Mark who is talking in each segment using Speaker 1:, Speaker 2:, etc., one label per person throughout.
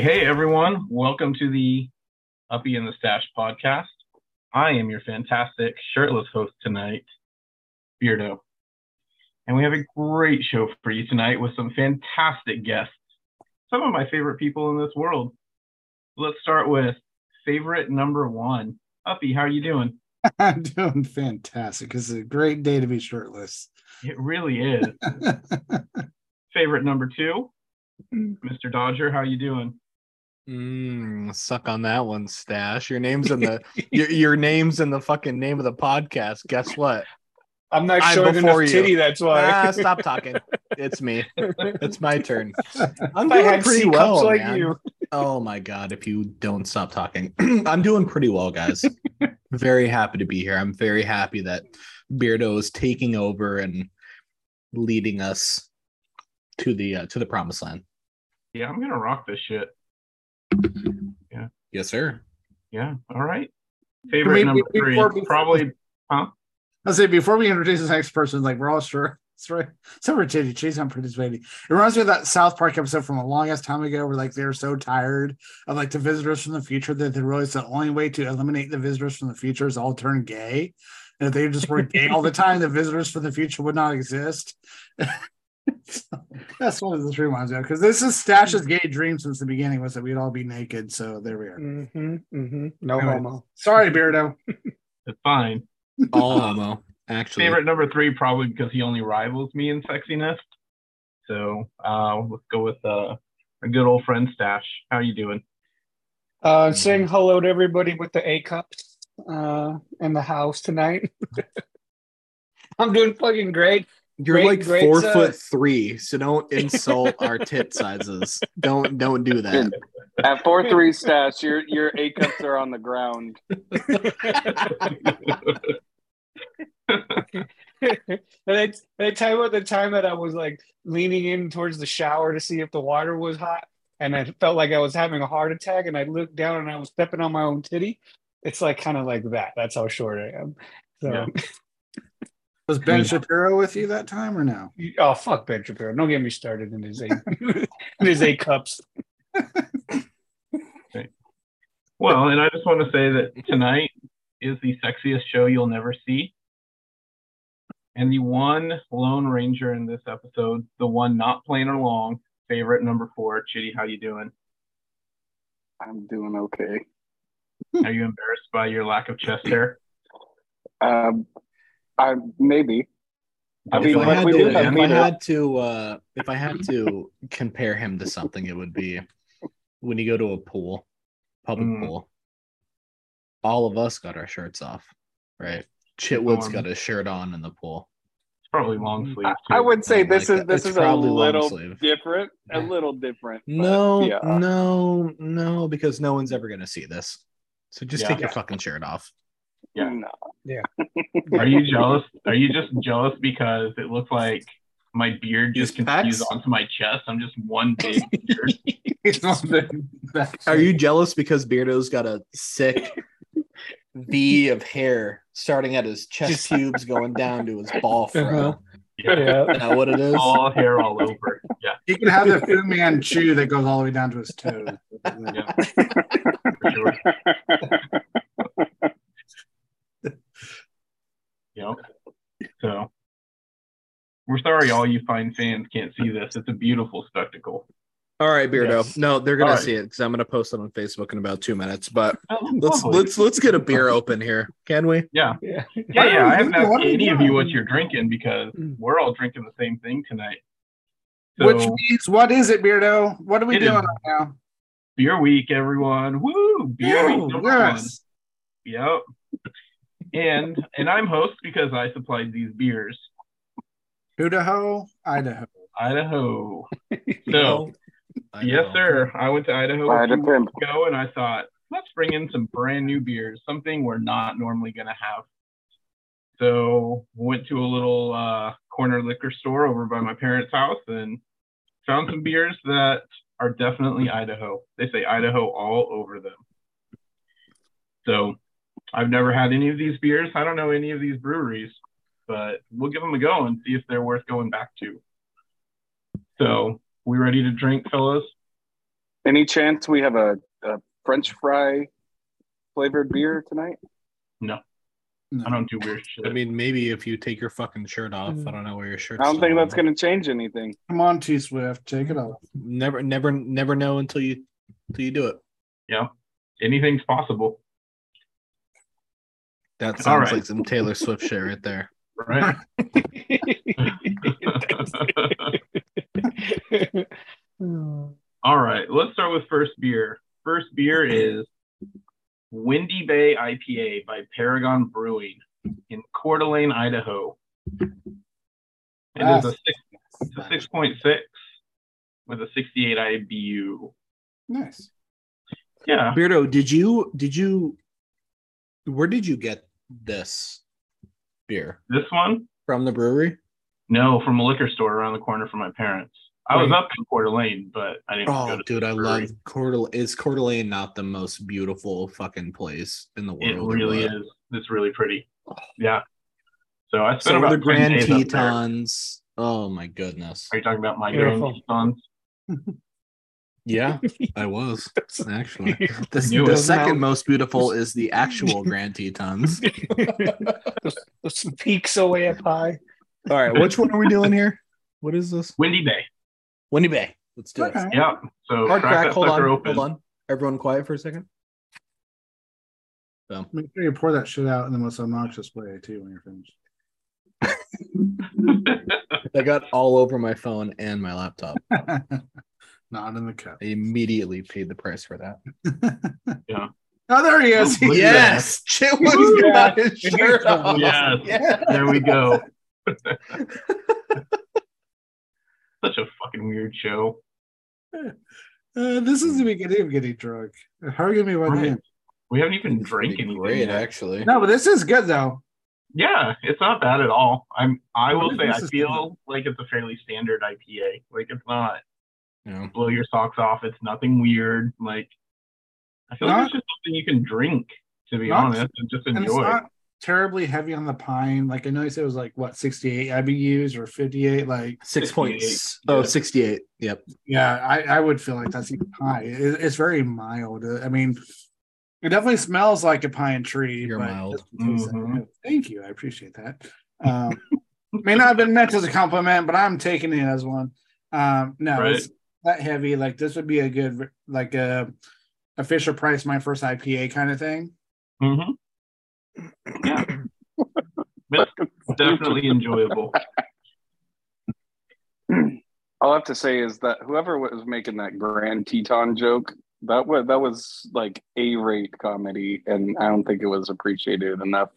Speaker 1: everyone. Welcome to the Uppy and the Stash podcast. I am your fantastic shirtless host tonight, Beardo. And we have a great show for you tonight with some fantastic guests, some of my favorite people in this world. Let's start with favorite number one. Uppy, how are you doing?
Speaker 2: I'm doing fantastic. It's a great day to be shirtless.
Speaker 1: It really is. favorite number two, Mr. Dodger, how you doing?
Speaker 3: Mm, suck on that one, Stash. Your name's in the your, your name's in the fucking name of the podcast. Guess what?
Speaker 4: I'm not showing enough
Speaker 3: before you.
Speaker 4: titty. That's why.
Speaker 3: Ah, stop talking. It's me. It's my turn. I'm
Speaker 4: If I
Speaker 3: doing
Speaker 4: had
Speaker 3: pretty
Speaker 4: C cups
Speaker 3: well,
Speaker 4: like
Speaker 3: man.
Speaker 4: you.
Speaker 3: Oh my god! If you don't stop talking, I'm doing pretty well, guys. very happy to be here. I'm very happy that Beardo is taking over and leading us to the uh, to the promised land.
Speaker 1: Yeah, I'm gonna rock this shit.
Speaker 3: Yes, sir.
Speaker 1: Yeah, all right. Favorite
Speaker 2: we-
Speaker 1: number
Speaker 2: we-
Speaker 1: three,
Speaker 2: before- before-
Speaker 1: probably
Speaker 2: I'll say before we introduce this next person, like we're all sure. That's right. So we're titty cheese. I'm participating. It reminds me of that South Park episode from a long ass time ago where like they were so tired of like the visitors from the future that they realized the only way to eliminate the visitors from the future is all turn gay. And if they just were gay all the time, the visitors from the future would not exist. So, that's what this reminds me of. Because this is Stash's gay dream since the beginning was that we'd all be naked. So there we are.
Speaker 4: Mm-hmm, mm-hmm. No
Speaker 2: Anyway.
Speaker 4: homo.
Speaker 2: Sorry, Beardo.
Speaker 1: it's fine.
Speaker 3: All homo, actually.
Speaker 1: Favorite number three, probably because he only rivals me in sexiness. So uh, let's go with uh, our good old friend Stash. How you doing?
Speaker 4: Uh, saying hello to everybody with the A cups uh, in the house tonight. I'm doing fucking great.
Speaker 3: You're
Speaker 4: Great-
Speaker 3: like
Speaker 4: great
Speaker 3: four
Speaker 4: size.
Speaker 3: foot three, so don't insult our tit sizes. Don't don't do that.
Speaker 5: At four three stats, your your A cups are on the ground.
Speaker 4: and I, and I tell you what, the time that I was like leaning in towards the shower to see if the water was hot, and I felt like I was having a heart attack, and I looked down and I was stepping on my own titty. It's like kind of like that. That's how short I am. So,
Speaker 1: Yeah.
Speaker 2: Was Ben Shapiro with you that time or no?
Speaker 4: you- oh fuck Ben Shapiro! Don't get me started in his A in his A cups.
Speaker 1: Well, and I just want to say that tonight is the sexiest show you'll never see. And the one Lone Ranger in this episode, the one not playing along, favorite number four, Chitty, how you doing?
Speaker 5: I'm doing okay. Hmm.
Speaker 1: Are you embarrassed by your lack of chest hair?
Speaker 5: Um, I maybe. I
Speaker 3: if
Speaker 5: mean,
Speaker 3: I
Speaker 5: like
Speaker 3: had
Speaker 5: we
Speaker 3: to,
Speaker 5: did
Speaker 3: if
Speaker 5: have
Speaker 3: I
Speaker 5: Peter.
Speaker 3: had to, uh, if I had to compare him to something, it would be when you go to a pool, public
Speaker 1: Mm.
Speaker 3: pool. All of us got our shirts off, right? Chitwood's
Speaker 5: Oh,
Speaker 3: got his shirt on in the pool.
Speaker 1: It's probably long sleeve.
Speaker 5: Mm, I, I
Speaker 1: too.
Speaker 5: would say
Speaker 3: Something
Speaker 5: this
Speaker 3: like
Speaker 5: is
Speaker 3: that.
Speaker 5: this
Speaker 3: It's
Speaker 5: is a
Speaker 3: probably long
Speaker 5: little
Speaker 3: sleeve.
Speaker 5: different. A little different. but
Speaker 3: No,
Speaker 5: yeah.
Speaker 3: no, no, because no one's ever gonna see this. So just
Speaker 1: Yeah.
Speaker 3: take your
Speaker 4: Yeah.
Speaker 3: fucking shirt off.
Speaker 5: No.
Speaker 1: Are you jealous? Are you just jealous because it looks like my beard just
Speaker 3: These
Speaker 1: confused
Speaker 3: packs?
Speaker 1: onto my chest? I'm just one big beard.
Speaker 2: It's not been that-
Speaker 3: Are you jealous because Beardo's got a sick V of hair starting at his chest pubes going down to his ball
Speaker 4: Uh-huh.
Speaker 3: fro?
Speaker 1: Yeah.
Speaker 3: Is that what it is?
Speaker 1: All hair all over. Yeah,
Speaker 2: You can have the Fu Manchu that goes all the way down to his toes.
Speaker 1: for sure. Yep. So we're sorry all you fine fans can't see this. It's a beautiful spectacle.
Speaker 3: All right, Beardo.
Speaker 4: Yes.
Speaker 3: No, they're gonna
Speaker 1: All right.
Speaker 3: see it because I'm gonna post it on Facebook in about two minutes. But
Speaker 1: Oh,
Speaker 3: let's
Speaker 1: lovely.
Speaker 3: let's let's get a beer open here, can we?
Speaker 1: yeah.
Speaker 4: Yeah.
Speaker 1: Yeah, yeah. I haven't
Speaker 2: What
Speaker 1: asked
Speaker 2: are you
Speaker 1: any of you
Speaker 2: doing?
Speaker 1: what
Speaker 5: Mm.
Speaker 1: you're drinking because we're all drinking the same thing tonight. So
Speaker 2: Which means, what is it, Beardo? What are we
Speaker 1: It is-
Speaker 2: doing right now?
Speaker 1: beer week, everyone. Woo! Beer
Speaker 2: Oh,
Speaker 1: week number one.
Speaker 2: yes.
Speaker 1: Yep. And and I'm host because I supplied these beers.
Speaker 2: Idaho, Idaho.
Speaker 1: Idaho. So
Speaker 3: I
Speaker 1: yes,
Speaker 3: know.
Speaker 1: sir. I went to Idaho
Speaker 5: Why
Speaker 1: a
Speaker 5: the
Speaker 1: few
Speaker 5: pimp?
Speaker 1: weeks ago and I thought, let's bring in some brand new beers, something we're not normally gonna have. So went to a little uh, corner liquor store over by my parents' house and found some beers that are definitely Idaho. They say Idaho all over them. So I've never had any of these beers. I don't know any of these breweries, but we'll give them a go and see if they're worth going back to. So we ready to drink, fellas?
Speaker 5: Any chance we have a, a French fry flavored beer tonight?
Speaker 1: I don't do weird shit.
Speaker 3: I mean, maybe if you take your fucking shirt off, I don't know where your shirt.
Speaker 5: I don't think that's gonna change anything.
Speaker 2: Come on, T Swift, take it off.
Speaker 3: Never, never, never know until you, until you do it.
Speaker 1: yeah, anything's possible,
Speaker 3: That
Speaker 1: All
Speaker 3: sounds
Speaker 1: right.
Speaker 3: like some Taylor Swift shit right there.
Speaker 1: right? All right, let's start with first beer. First beer is Windy Bay IPA by Paragon Brewing in Coeur d'Alene, Idaho. It is a six, it's a six point six with a sixty-eight IBU.
Speaker 2: Nice.
Speaker 1: Yeah,
Speaker 3: Beardo, did you did you where did you get this beer
Speaker 1: this one,
Speaker 3: from the brewery?
Speaker 1: no, from a liquor store around the corner from my parents. I was
Speaker 3: Right.
Speaker 1: up in Coeur d'Alene, but I didn't.
Speaker 3: Oh,
Speaker 1: go to
Speaker 3: dude, I
Speaker 1: brewery.
Speaker 3: love Coeur d'Alene. Is Coeur d'Alene not the most beautiful fucking place in the
Speaker 1: it.
Speaker 3: world? or
Speaker 1: Really
Speaker 3: what?
Speaker 1: is. It's really pretty. Yeah. So I spent
Speaker 3: So
Speaker 1: about
Speaker 3: are
Speaker 1: 10
Speaker 3: the Grand
Speaker 1: days up there.
Speaker 3: Tetons. Oh my goodness.
Speaker 1: Are you talking about my
Speaker 4: Beautiful.
Speaker 1: Grand Tetons?
Speaker 3: Yeah, I was actually. The,
Speaker 1: Knew
Speaker 3: the
Speaker 1: it.
Speaker 3: second most beautiful is the actual Grand Tetons.
Speaker 4: Those peaks away up high.
Speaker 3: All right, which one are we doing here? What is this?
Speaker 1: Windy Bay.
Speaker 3: Winnie Bay. Let's do
Speaker 2: Okay.
Speaker 3: it.
Speaker 1: Yeah. So
Speaker 3: Hard
Speaker 1: crack
Speaker 3: crack.
Speaker 1: that
Speaker 3: Hold on.
Speaker 1: sucker open.
Speaker 3: Hold on. Everyone, quiet for a second. Boom.
Speaker 2: Make sure you pour that shit out in the most obnoxious way too when you're finished.
Speaker 3: I got all over my phone and my laptop.
Speaker 2: Not in the cup.
Speaker 3: I immediately paid the price for that.
Speaker 2: Oh, there he is.
Speaker 1: Look at
Speaker 3: Yes, Chit was
Speaker 4: Yeah.
Speaker 3: got his shirt off.
Speaker 1: Yes.
Speaker 3: Yeah.
Speaker 1: there we go. Such a fucking weird show.
Speaker 2: Uh, this is the beginning of getting drunk. How are you gonna be by the
Speaker 1: Right.
Speaker 2: end?
Speaker 1: We haven't even
Speaker 3: It's pretty
Speaker 1: drank anything.
Speaker 3: great,
Speaker 1: yet.
Speaker 3: actually.
Speaker 2: No, but this is good though.
Speaker 1: Yeah, it's not bad at all. I'm. I will
Speaker 2: This
Speaker 1: say, I
Speaker 2: is
Speaker 1: feel like it's a fairly standard IPA. Like it's not
Speaker 3: Yeah.
Speaker 1: blow your socks off. It's nothing weird. Like I feel
Speaker 2: Not-
Speaker 1: like it's just something you can drink. To be
Speaker 2: Not-
Speaker 1: honest, and just
Speaker 2: And it's
Speaker 1: enjoy.
Speaker 2: not terribly heavy on the pine. Like I know you said it was like what 68 IBUs or 58. Like
Speaker 3: Six points.
Speaker 1: 68.
Speaker 3: Oh,
Speaker 1: Yeah.
Speaker 3: 68. Yep.
Speaker 2: yeah, I, I would feel like that's even high. It- it's very mild. Uh, I mean, it definitely smells like a pine tree.
Speaker 3: You're
Speaker 2: but it
Speaker 3: mild.
Speaker 2: doesn't taste that
Speaker 1: Mhm.
Speaker 2: good. Thank you. I appreciate that. Um, may not have been meant as a compliment, but I'm taking it as one. Um, no,
Speaker 1: Right.
Speaker 2: it's that heavy. Like this would be a good like a a Fisher Price my first IPA kind of thing.
Speaker 1: hmm Yeah. It's definitely enjoyable.
Speaker 5: All I have to say is that whoever was making that Grand Teton joke, that was that was like A rate comedy, and I don't think it was appreciated enough.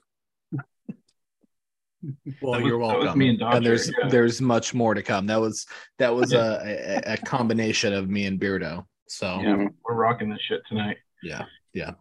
Speaker 3: Well,
Speaker 1: That was- that
Speaker 3: you're
Speaker 1: was
Speaker 3: welcome.
Speaker 1: me and Dodger,
Speaker 3: there's
Speaker 1: yeah.
Speaker 3: there's much more to come. That was that was a, a a combination of me and Beardo. So
Speaker 5: You
Speaker 3: yeah.
Speaker 5: know?
Speaker 1: We're rocking this shit tonight.
Speaker 3: yeah,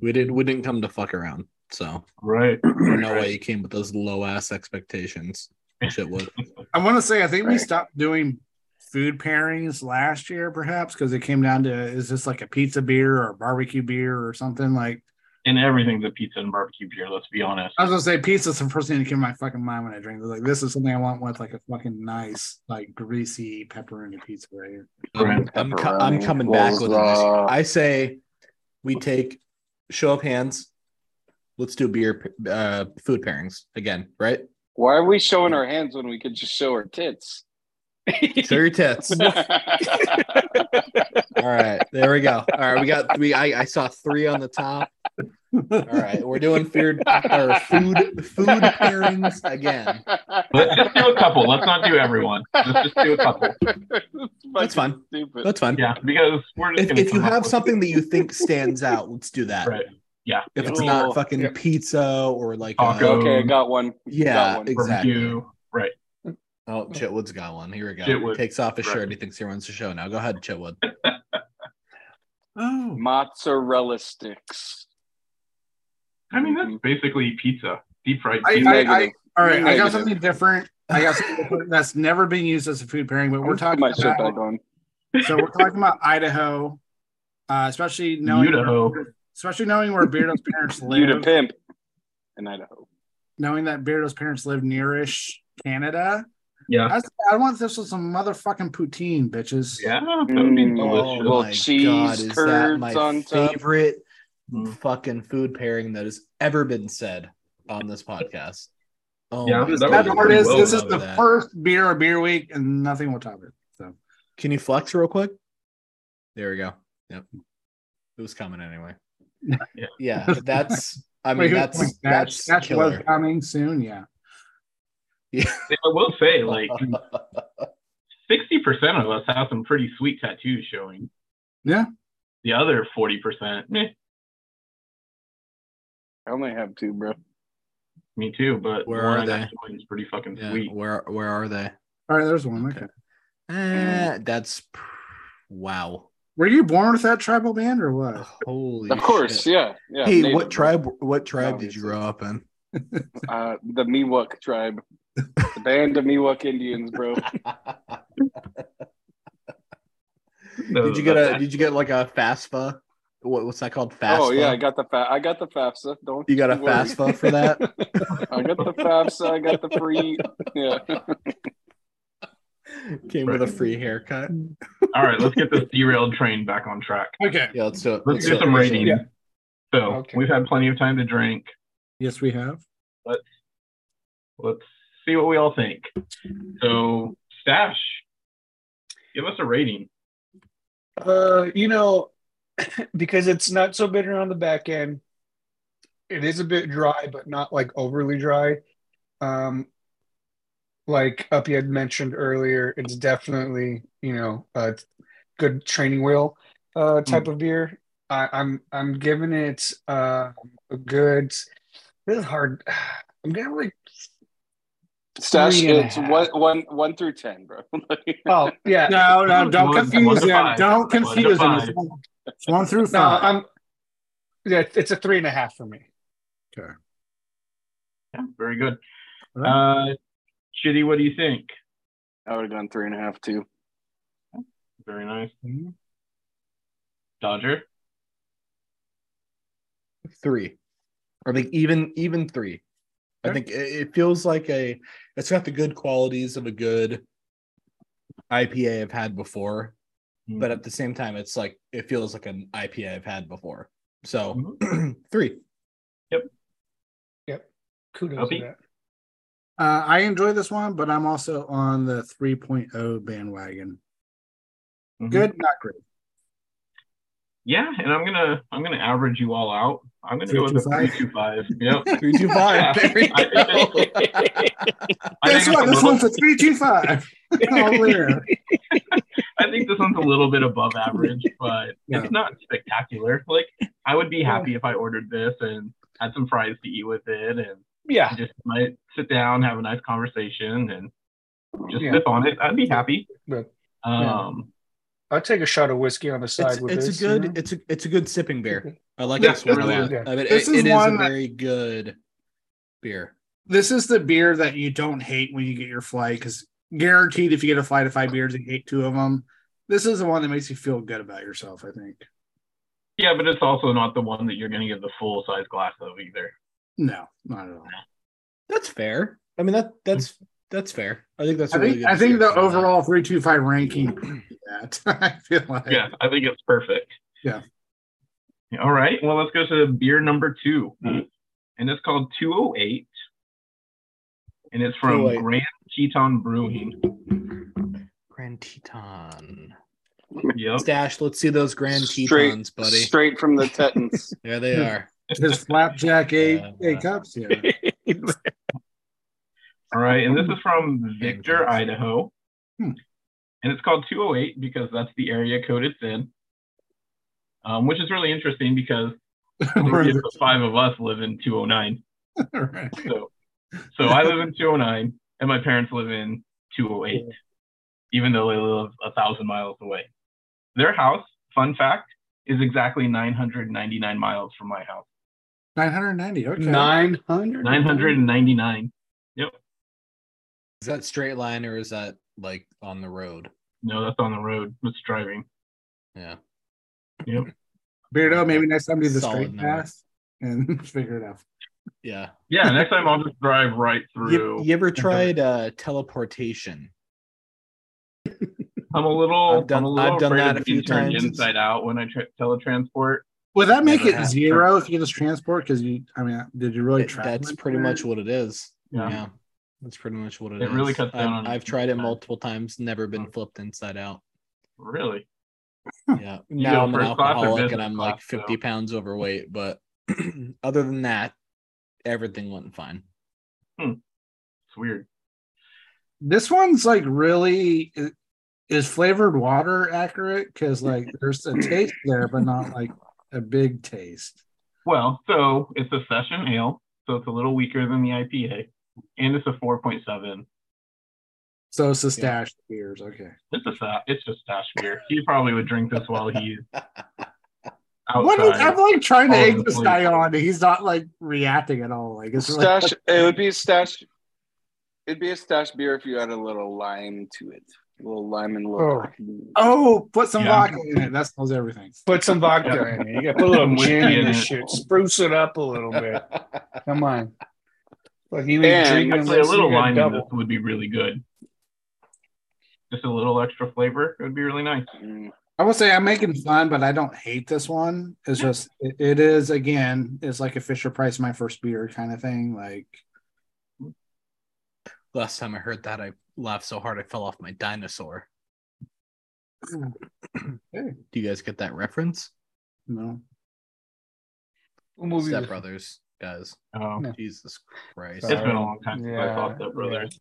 Speaker 3: we did we didn't come to fuck around. So
Speaker 1: Right.
Speaker 3: no way you came with those low ass expectations. Shit would.
Speaker 2: I want to say I think we
Speaker 5: Right.
Speaker 2: stopped doing food pairings last year, perhaps because it came down to is this like a pizza beer or a barbecue beer or something like.
Speaker 1: And everything's a pizza and barbecue beer, let's be honest.
Speaker 2: I was gonna say pizza's the first thing that came to my fucking mind when I drink. It was like this is something I want with like a fucking nice like greasy pepperoni pizza right here.
Speaker 3: I'm,
Speaker 1: Right.
Speaker 3: I'm, co- I'm
Speaker 5: Pepperoni
Speaker 3: coming back with it. this
Speaker 5: was,
Speaker 3: year.
Speaker 5: uh,
Speaker 3: I say we take show of hands. Let's do beer uh, food pairings again, right?
Speaker 5: Why are we showing our hands when we could just show our tits?
Speaker 3: Show your tits. All right, there we go. All right, we got three. I, I saw three on the top. All right, we're doing food or food food pairings again.
Speaker 1: Let's just do a couple. Let's not do everyone. Let's just do a couple.
Speaker 3: That's fine.
Speaker 5: Stupid.
Speaker 3: That's fine.
Speaker 1: Yeah, because we're just
Speaker 3: If,
Speaker 1: gonna
Speaker 3: if you
Speaker 1: come up
Speaker 3: have
Speaker 1: with-
Speaker 3: something that you think stands out, let's do that.
Speaker 1: right. Yeah.
Speaker 3: If it's
Speaker 5: Yeah.
Speaker 3: not fucking pizza or like a-
Speaker 1: Taco.
Speaker 5: okay, I got one.
Speaker 3: yeah,
Speaker 5: Got one.
Speaker 3: exactly.
Speaker 1: Barbecue. Right.
Speaker 3: Oh, Chitwood's got one. Here we go.
Speaker 1: Chitwood.
Speaker 3: Takes off his
Speaker 1: Right.
Speaker 3: shirt. He thinks he runs the show now. Go ahead, Chitwood.
Speaker 2: Oh,
Speaker 5: Mozzarella sticks.
Speaker 1: I mean that's basically pizza. Deep fried
Speaker 2: I-
Speaker 1: pizza.
Speaker 2: I-
Speaker 5: Negative.
Speaker 2: all right. I got
Speaker 5: Negative.
Speaker 2: something different. I got something different that's never been used as a food pairing, but we're
Speaker 5: Put
Speaker 2: talking
Speaker 5: my shit
Speaker 2: about
Speaker 5: back on.
Speaker 2: so we're talking about Idaho, uh, especially knowing
Speaker 1: Idaho.
Speaker 2: especially knowing where Beardo's parents
Speaker 5: You to
Speaker 2: live,
Speaker 5: pimp in Idaho.
Speaker 2: knowing that Beardo's parents live nearish Canada.
Speaker 1: Yeah.
Speaker 2: I, I want this with some motherfucking poutine, bitches.
Speaker 1: Yeah. That would be
Speaker 2: Hmm.
Speaker 5: Mm.
Speaker 1: delicious.
Speaker 5: Little
Speaker 3: my
Speaker 5: cheese
Speaker 3: is that
Speaker 5: curds
Speaker 3: my
Speaker 5: on top.
Speaker 3: favorite
Speaker 1: Mm.
Speaker 3: fucking food pairing that has ever been said on this podcast? Oh,
Speaker 1: Yeah,
Speaker 3: my
Speaker 1: that
Speaker 3: God.
Speaker 2: That
Speaker 1: would be
Speaker 2: part is
Speaker 1: well
Speaker 2: this is
Speaker 3: Love
Speaker 2: the
Speaker 3: that.
Speaker 2: first beer of beer week, and nothing will top it. So
Speaker 3: Can you flex real quick? There we go. Yep. It was coming anyway.
Speaker 1: Yeah.
Speaker 3: Yeah, that's. I
Speaker 2: Wait,
Speaker 3: mean,
Speaker 2: who's
Speaker 3: that's
Speaker 2: coming?
Speaker 3: that's,
Speaker 2: that's what's
Speaker 3: killer.
Speaker 2: coming soon. Yeah,
Speaker 1: I will say, like, 60% of us have some pretty sweet tattoos showing.
Speaker 2: Yeah.
Speaker 1: The other 40%, meh,
Speaker 5: I only have two, bro.
Speaker 1: me too, but
Speaker 3: Where
Speaker 1: the one
Speaker 3: are
Speaker 1: I got
Speaker 3: they?
Speaker 1: showing is pretty fucking
Speaker 3: yeah,
Speaker 1: sweet.
Speaker 3: where where are they?
Speaker 2: all right. There's one. Okay.
Speaker 3: Okay.
Speaker 2: Mm.
Speaker 3: Eh, that's pr- wow.
Speaker 2: Were you born with that tribal band or
Speaker 3: Oh.
Speaker 2: what?
Speaker 3: Holy.
Speaker 5: Of course,
Speaker 3: shit.
Speaker 5: yeah, yeah.
Speaker 3: hey,
Speaker 5: native.
Speaker 3: what tribe? What tribe did you
Speaker 5: Obviously.
Speaker 3: grow up in?
Speaker 5: Uh, the Miwok tribe, the band of Miwok Indians, bro.
Speaker 1: So
Speaker 3: did you get a?
Speaker 1: that-
Speaker 3: Did you get like a FAFSA? What, what's that called? FAFSA.
Speaker 5: Oh yeah, I got the fa- I got the FAFSA. Don't
Speaker 3: you got a
Speaker 5: worry.
Speaker 3: FAFSA for that?
Speaker 5: I got the FAFSA. I got the free. Yeah.
Speaker 3: Came with a free haircut.
Speaker 1: All right, let's get this derailed train back on track.
Speaker 2: Okay.
Speaker 3: Yeah, let's do it.
Speaker 1: Let's
Speaker 3: do
Speaker 1: do
Speaker 3: it.
Speaker 1: some rating.
Speaker 3: do it.
Speaker 1: So
Speaker 4: Okay.
Speaker 1: we've had plenty of time to drink.
Speaker 2: Yes, we have.
Speaker 1: Let's see what we all think. So, Stash, give us a rating.
Speaker 4: Uh, you know, because it's not so bitter on the back end. It is a bit dry, but not like overly dry. Um, like Up had mentioned earlier, it's definitely, you know, a good training wheel uh type
Speaker 2: Mm.
Speaker 4: of beer. I, I'm I'm giving it uh, a good this is hard. I'm gonna like
Speaker 5: Stash,
Speaker 4: Three and a
Speaker 5: it's
Speaker 4: half.
Speaker 5: one, one, one through ten, bro.
Speaker 4: oh yeah.
Speaker 2: No, no, don't
Speaker 1: One- one
Speaker 2: confuse
Speaker 1: to
Speaker 2: them.
Speaker 1: five.
Speaker 2: Don't
Speaker 1: One to
Speaker 2: confuse them.
Speaker 1: five.
Speaker 2: It's one, it's one through
Speaker 4: No,
Speaker 2: five.
Speaker 4: I'm yeah, it's a three and a half for me.
Speaker 1: Yeah, very good.
Speaker 2: All right.
Speaker 1: Uh, Shitty, what do you think?
Speaker 5: I would have gone three and a half too.
Speaker 1: Very nice.
Speaker 2: Mm-hmm.
Speaker 1: Dodger?
Speaker 3: Three. Or like even even three. I
Speaker 2: Okay.
Speaker 3: think it, it feels like a. It's got the good qualities of a good IPA I've had before, but at the same time, it's like it feels like an IPA I've had before.
Speaker 2: Mm-hmm.
Speaker 3: So three.
Speaker 4: Kudos
Speaker 1: Opie?
Speaker 4: to that.
Speaker 2: Uh, I enjoy this one, but I'm also on the 3.0 bandwagon.
Speaker 1: Mm-hmm. Mhm.
Speaker 2: Good, not great.
Speaker 1: Yeah, and I'm gonna I'm gonna average you all out. I'm gonna go with a three two five. Yep.
Speaker 3: Three, two, five. There we go.
Speaker 1: I
Speaker 2: Guess
Speaker 1: think
Speaker 2: what?
Speaker 1: it's a
Speaker 2: This
Speaker 1: little-
Speaker 2: one's a 3.25. All clear.
Speaker 1: I think this one's a little bit above average, but
Speaker 2: Yeah.
Speaker 1: it's not spectacular. Like I would be happy if I ordered this and had some fries to eat with it, and
Speaker 4: Yeah.
Speaker 1: just might sit down, have a nice conversation, and just
Speaker 4: Yeah.
Speaker 1: sip on it. I'd be happy.
Speaker 4: But
Speaker 1: Um,
Speaker 4: I'll take a shot of whiskey on the side
Speaker 3: It's,
Speaker 4: with
Speaker 3: it's
Speaker 4: this.
Speaker 3: a good.
Speaker 4: you know?
Speaker 3: It's a it's a good sipping beer. I like
Speaker 2: Yeah,
Speaker 3: this one a
Speaker 1: really
Speaker 3: lot.
Speaker 4: good.
Speaker 3: I mean,
Speaker 2: This
Speaker 3: it-
Speaker 2: is
Speaker 3: it is
Speaker 2: one
Speaker 3: a
Speaker 2: that-
Speaker 3: very good beer.
Speaker 2: This is the beer that you don't hate when you get your flight because guaranteed if you get a flight of five beers and you hate two of them, this is the one that makes you feel good about yourself, I think.
Speaker 1: yeah, but it's also not the one that you're gonna give the full size glass of either.
Speaker 2: No, not at all.
Speaker 3: That's fair. I mean that that's that's fair. I think that's. a
Speaker 2: I
Speaker 3: really
Speaker 2: think
Speaker 3: good
Speaker 2: I think the
Speaker 3: description of that.
Speaker 2: overall 3.25 ranking that I feel like
Speaker 1: Yeah, I think it's perfect.
Speaker 2: Yeah.
Speaker 1: All right. Well, let's go to beer number 2
Speaker 2: Mm-hmm.
Speaker 1: and it's called 208, and it's
Speaker 2: oh
Speaker 1: from
Speaker 3: 208.
Speaker 1: Grand Teton Brewing.
Speaker 3: Grand Teton.
Speaker 1: Yep.
Speaker 3: Stash, let's see those Grand
Speaker 5: Straight-
Speaker 3: Tetons, buddy.
Speaker 5: Straight from the Tetons.
Speaker 3: There they are.
Speaker 2: his flapjack eight,
Speaker 3: Uh,
Speaker 2: eight cups. Yeah.
Speaker 1: All right, and this is from Victor,
Speaker 3: Kansas.
Speaker 1: Idaho.
Speaker 2: Hmm.
Speaker 1: And it's called 208 because that's the area code it's in, um, which is really interesting because three of the five of us live in 209.
Speaker 2: Right.
Speaker 1: So, so I live in 209, and my parents live in 208, even though they live a thousand miles away. Their house, fun fact, is exactly 999 miles from my house.
Speaker 2: 990. Okay.
Speaker 4: Nine hundred.
Speaker 1: 999.
Speaker 3: Is that straight line or is that like on the road?
Speaker 1: No, that's on the road. That's driving.
Speaker 3: Yeah.
Speaker 2: Beardo, maybe next time do the
Speaker 3: Solid
Speaker 2: straight
Speaker 3: number.
Speaker 2: pass and figure it out.
Speaker 3: Yeah.
Speaker 1: Yeah, next time I'll just drive right
Speaker 3: You,
Speaker 1: through.
Speaker 3: you ever tried uh, teleportation?
Speaker 1: I'm a little.
Speaker 3: I've done-
Speaker 1: I'm a little
Speaker 3: I've done
Speaker 1: afraid
Speaker 3: that
Speaker 1: of
Speaker 3: a
Speaker 1: being
Speaker 3: few
Speaker 1: turned
Speaker 3: times.
Speaker 1: Inside out when I tra- teletransport.
Speaker 2: Would that make
Speaker 3: Never
Speaker 2: it
Speaker 3: happened.
Speaker 2: zero if you just transport? Because you, I mean, did you really
Speaker 3: It-
Speaker 2: travel?
Speaker 3: that's pretty
Speaker 2: anywhere?
Speaker 3: much what it is.
Speaker 1: Yeah.
Speaker 3: Yeah. That's pretty much what
Speaker 1: It
Speaker 3: is.
Speaker 1: really cuts down
Speaker 3: I've,
Speaker 1: on-
Speaker 3: I've tried it multiple times, never been flipped inside out.
Speaker 1: Really?
Speaker 3: Yeah.
Speaker 1: You
Speaker 3: Now
Speaker 1: go
Speaker 3: I'm an
Speaker 1: first class or
Speaker 3: alcoholic
Speaker 1: business
Speaker 3: and I'm like
Speaker 1: class, though?
Speaker 3: 50 pounds overweight, but other than that, everything went fine.
Speaker 1: It's weird.
Speaker 2: This one's like really i- is flavored water accurate? Because like there's a taste there, but not like a big taste.
Speaker 1: Well, so it's a session ale, so it's a little weaker than the IPA, and it's a 4.7.
Speaker 2: So it's the stash beers. Okay.
Speaker 1: It's a sa- it's just stash beer. He probably would drink this while he's outside.
Speaker 2: What is, I'm like trying to
Speaker 1: All
Speaker 2: egg
Speaker 1: over the
Speaker 2: this
Speaker 1: place.
Speaker 2: guy on. He's not like reacting at all. Like it's really,
Speaker 5: stash. It would be a stash. It'd be a stash beer if you add a little lime to it. A little lime and a little.
Speaker 2: oh, put some
Speaker 1: Yeah.
Speaker 2: vodka in it. That smells everything.
Speaker 4: Put some vodka in it. You got to put a little
Speaker 1: Whiskey
Speaker 4: gin
Speaker 1: in
Speaker 4: in this
Speaker 1: it.
Speaker 4: shit. Spruce it up a little bit. Come on. Look, you
Speaker 5: And
Speaker 4: ain't
Speaker 1: Actually,
Speaker 4: drinking
Speaker 1: a
Speaker 4: unless
Speaker 1: little
Speaker 4: you got
Speaker 1: lime in
Speaker 4: double.
Speaker 1: this would be really good. Just a little extra flavor. It would be really nice.
Speaker 5: Mm.
Speaker 2: I will say I'm making fun, but I don't hate this one. It's just it, it is again, it's like a Fisher Price my first beer kind of thing. Like
Speaker 3: Last time I heard that, I laughed so hard I fell off my dinosaur.
Speaker 2: Okay.
Speaker 3: Do you guys get that reference?
Speaker 2: you know,
Speaker 4: What movie
Speaker 3: Step
Speaker 4: was-
Speaker 3: Brothers, guys.
Speaker 1: Oh,
Speaker 4: No.
Speaker 3: Jesus Christ.
Speaker 1: It's
Speaker 4: Sorry.
Speaker 1: been a long time since I saw
Speaker 4: Yeah.
Speaker 1: Step Brothers.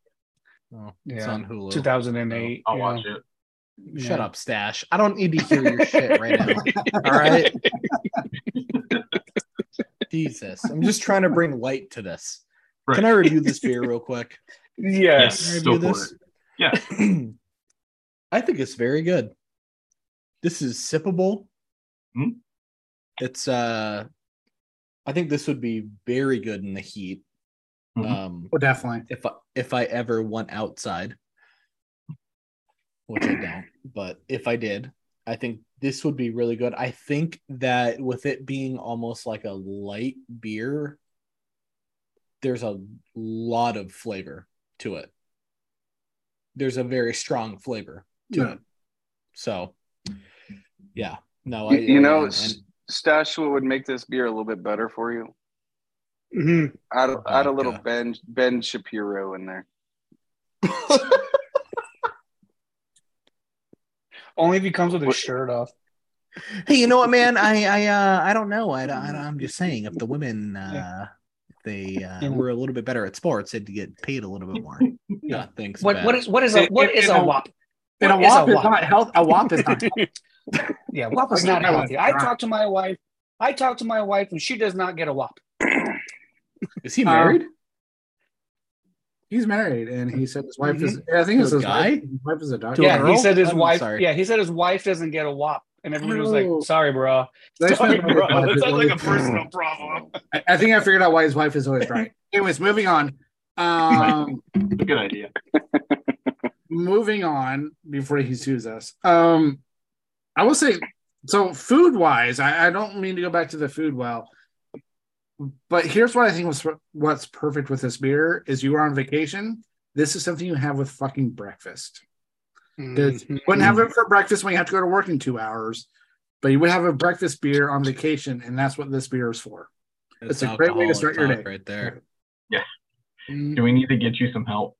Speaker 3: Oh, It's
Speaker 4: Yeah.
Speaker 3: on Hulu.
Speaker 4: 2008.
Speaker 1: I'll
Speaker 4: yeah.
Speaker 1: watch it.
Speaker 3: Shut up, Stash. I don't need to hear your shit right now. All right. Jesus. I'm just trying to bring light to this. Can I review this beer real quick?
Speaker 1: Yes.
Speaker 4: Yes.
Speaker 1: Go
Speaker 3: Can
Speaker 1: for
Speaker 3: I review this?
Speaker 1: it. Yes.
Speaker 3: I think it's very good. This is sippable.
Speaker 1: Hmm?
Speaker 3: It's uh I think this would be very good in the heat.
Speaker 1: Mhm.
Speaker 3: Um
Speaker 2: well, definitely.
Speaker 3: if I, if I ever went outside, which I don't, but if I did, I think this would be really good. I think that with it being almost like a light beer, there's a lot of flavor to it. There's a very strong flavor to
Speaker 2: Yeah.
Speaker 3: it. So, yeah, no, I,
Speaker 5: You, you know,
Speaker 3: and-
Speaker 5: s- stash. What would make this beer a little bit better for you?
Speaker 4: Mhm.
Speaker 5: Add,
Speaker 3: Oh,
Speaker 5: add a little
Speaker 3: Vodka.
Speaker 5: Ben Ben Shapiro in there.
Speaker 4: Only if he comes with his
Speaker 5: What-
Speaker 4: shirt off.
Speaker 3: Hey, you know what, man? I I uh, I don't know. I, don't- I don't- I'm just saying, if the women uh, if they
Speaker 4: Yeah.
Speaker 3: uh, were a little bit better at sports, they'd get paid a little bit more. Yeah, thanks.
Speaker 4: What
Speaker 3: Matt.
Speaker 4: what is what is a
Speaker 2: It-
Speaker 4: what
Speaker 2: it-
Speaker 4: is
Speaker 2: it-
Speaker 4: a wop?
Speaker 2: And a
Speaker 4: What is
Speaker 2: wop is not health. A wop is not.
Speaker 4: yeah, wop
Speaker 2: It's
Speaker 4: is not
Speaker 2: not
Speaker 4: healthy. I talk to my wife. I talk to my wife, and she does not get a wop.
Speaker 3: Is he
Speaker 2: Uh,
Speaker 3: married?
Speaker 2: He's married, and he said his wife is. I think
Speaker 3: To
Speaker 2: it's
Speaker 3: a
Speaker 2: his wife.
Speaker 3: guy?
Speaker 2: His wife is a doctor.
Speaker 3: To a
Speaker 4: yeah,
Speaker 3: girl?
Speaker 4: he said his
Speaker 3: I'm
Speaker 4: wife.
Speaker 3: sorry.
Speaker 4: Yeah, he said his wife doesn't get a wop, and everybody was
Speaker 2: No.
Speaker 4: like, "Sorry, bro."
Speaker 2: They
Speaker 4: Sorry,
Speaker 2: spend-
Speaker 4: bro.
Speaker 2: I
Speaker 4: That sounds like a personal problem.
Speaker 2: I- I think I figured out why his wife is always right. Anyways, moving on. Um,
Speaker 1: It's a good idea.
Speaker 2: moving on before he sues us. Um, I will say so. Food wise, I, I don't mean to go back to the food well, but here's what I think was what's perfect with this beer is you are on vacation. This is something you have with fucking breakfast. Because
Speaker 4: Mm-hmm.
Speaker 2: you wouldn't have it for breakfast when you have to go to work in two hours, but you would have a breakfast beer on vacation, and that's what this beer is for. it's a great way to
Speaker 3: alcoholic
Speaker 2: start your day.
Speaker 3: talk right there.
Speaker 4: Mhm.
Speaker 1: Do we need to get you some help?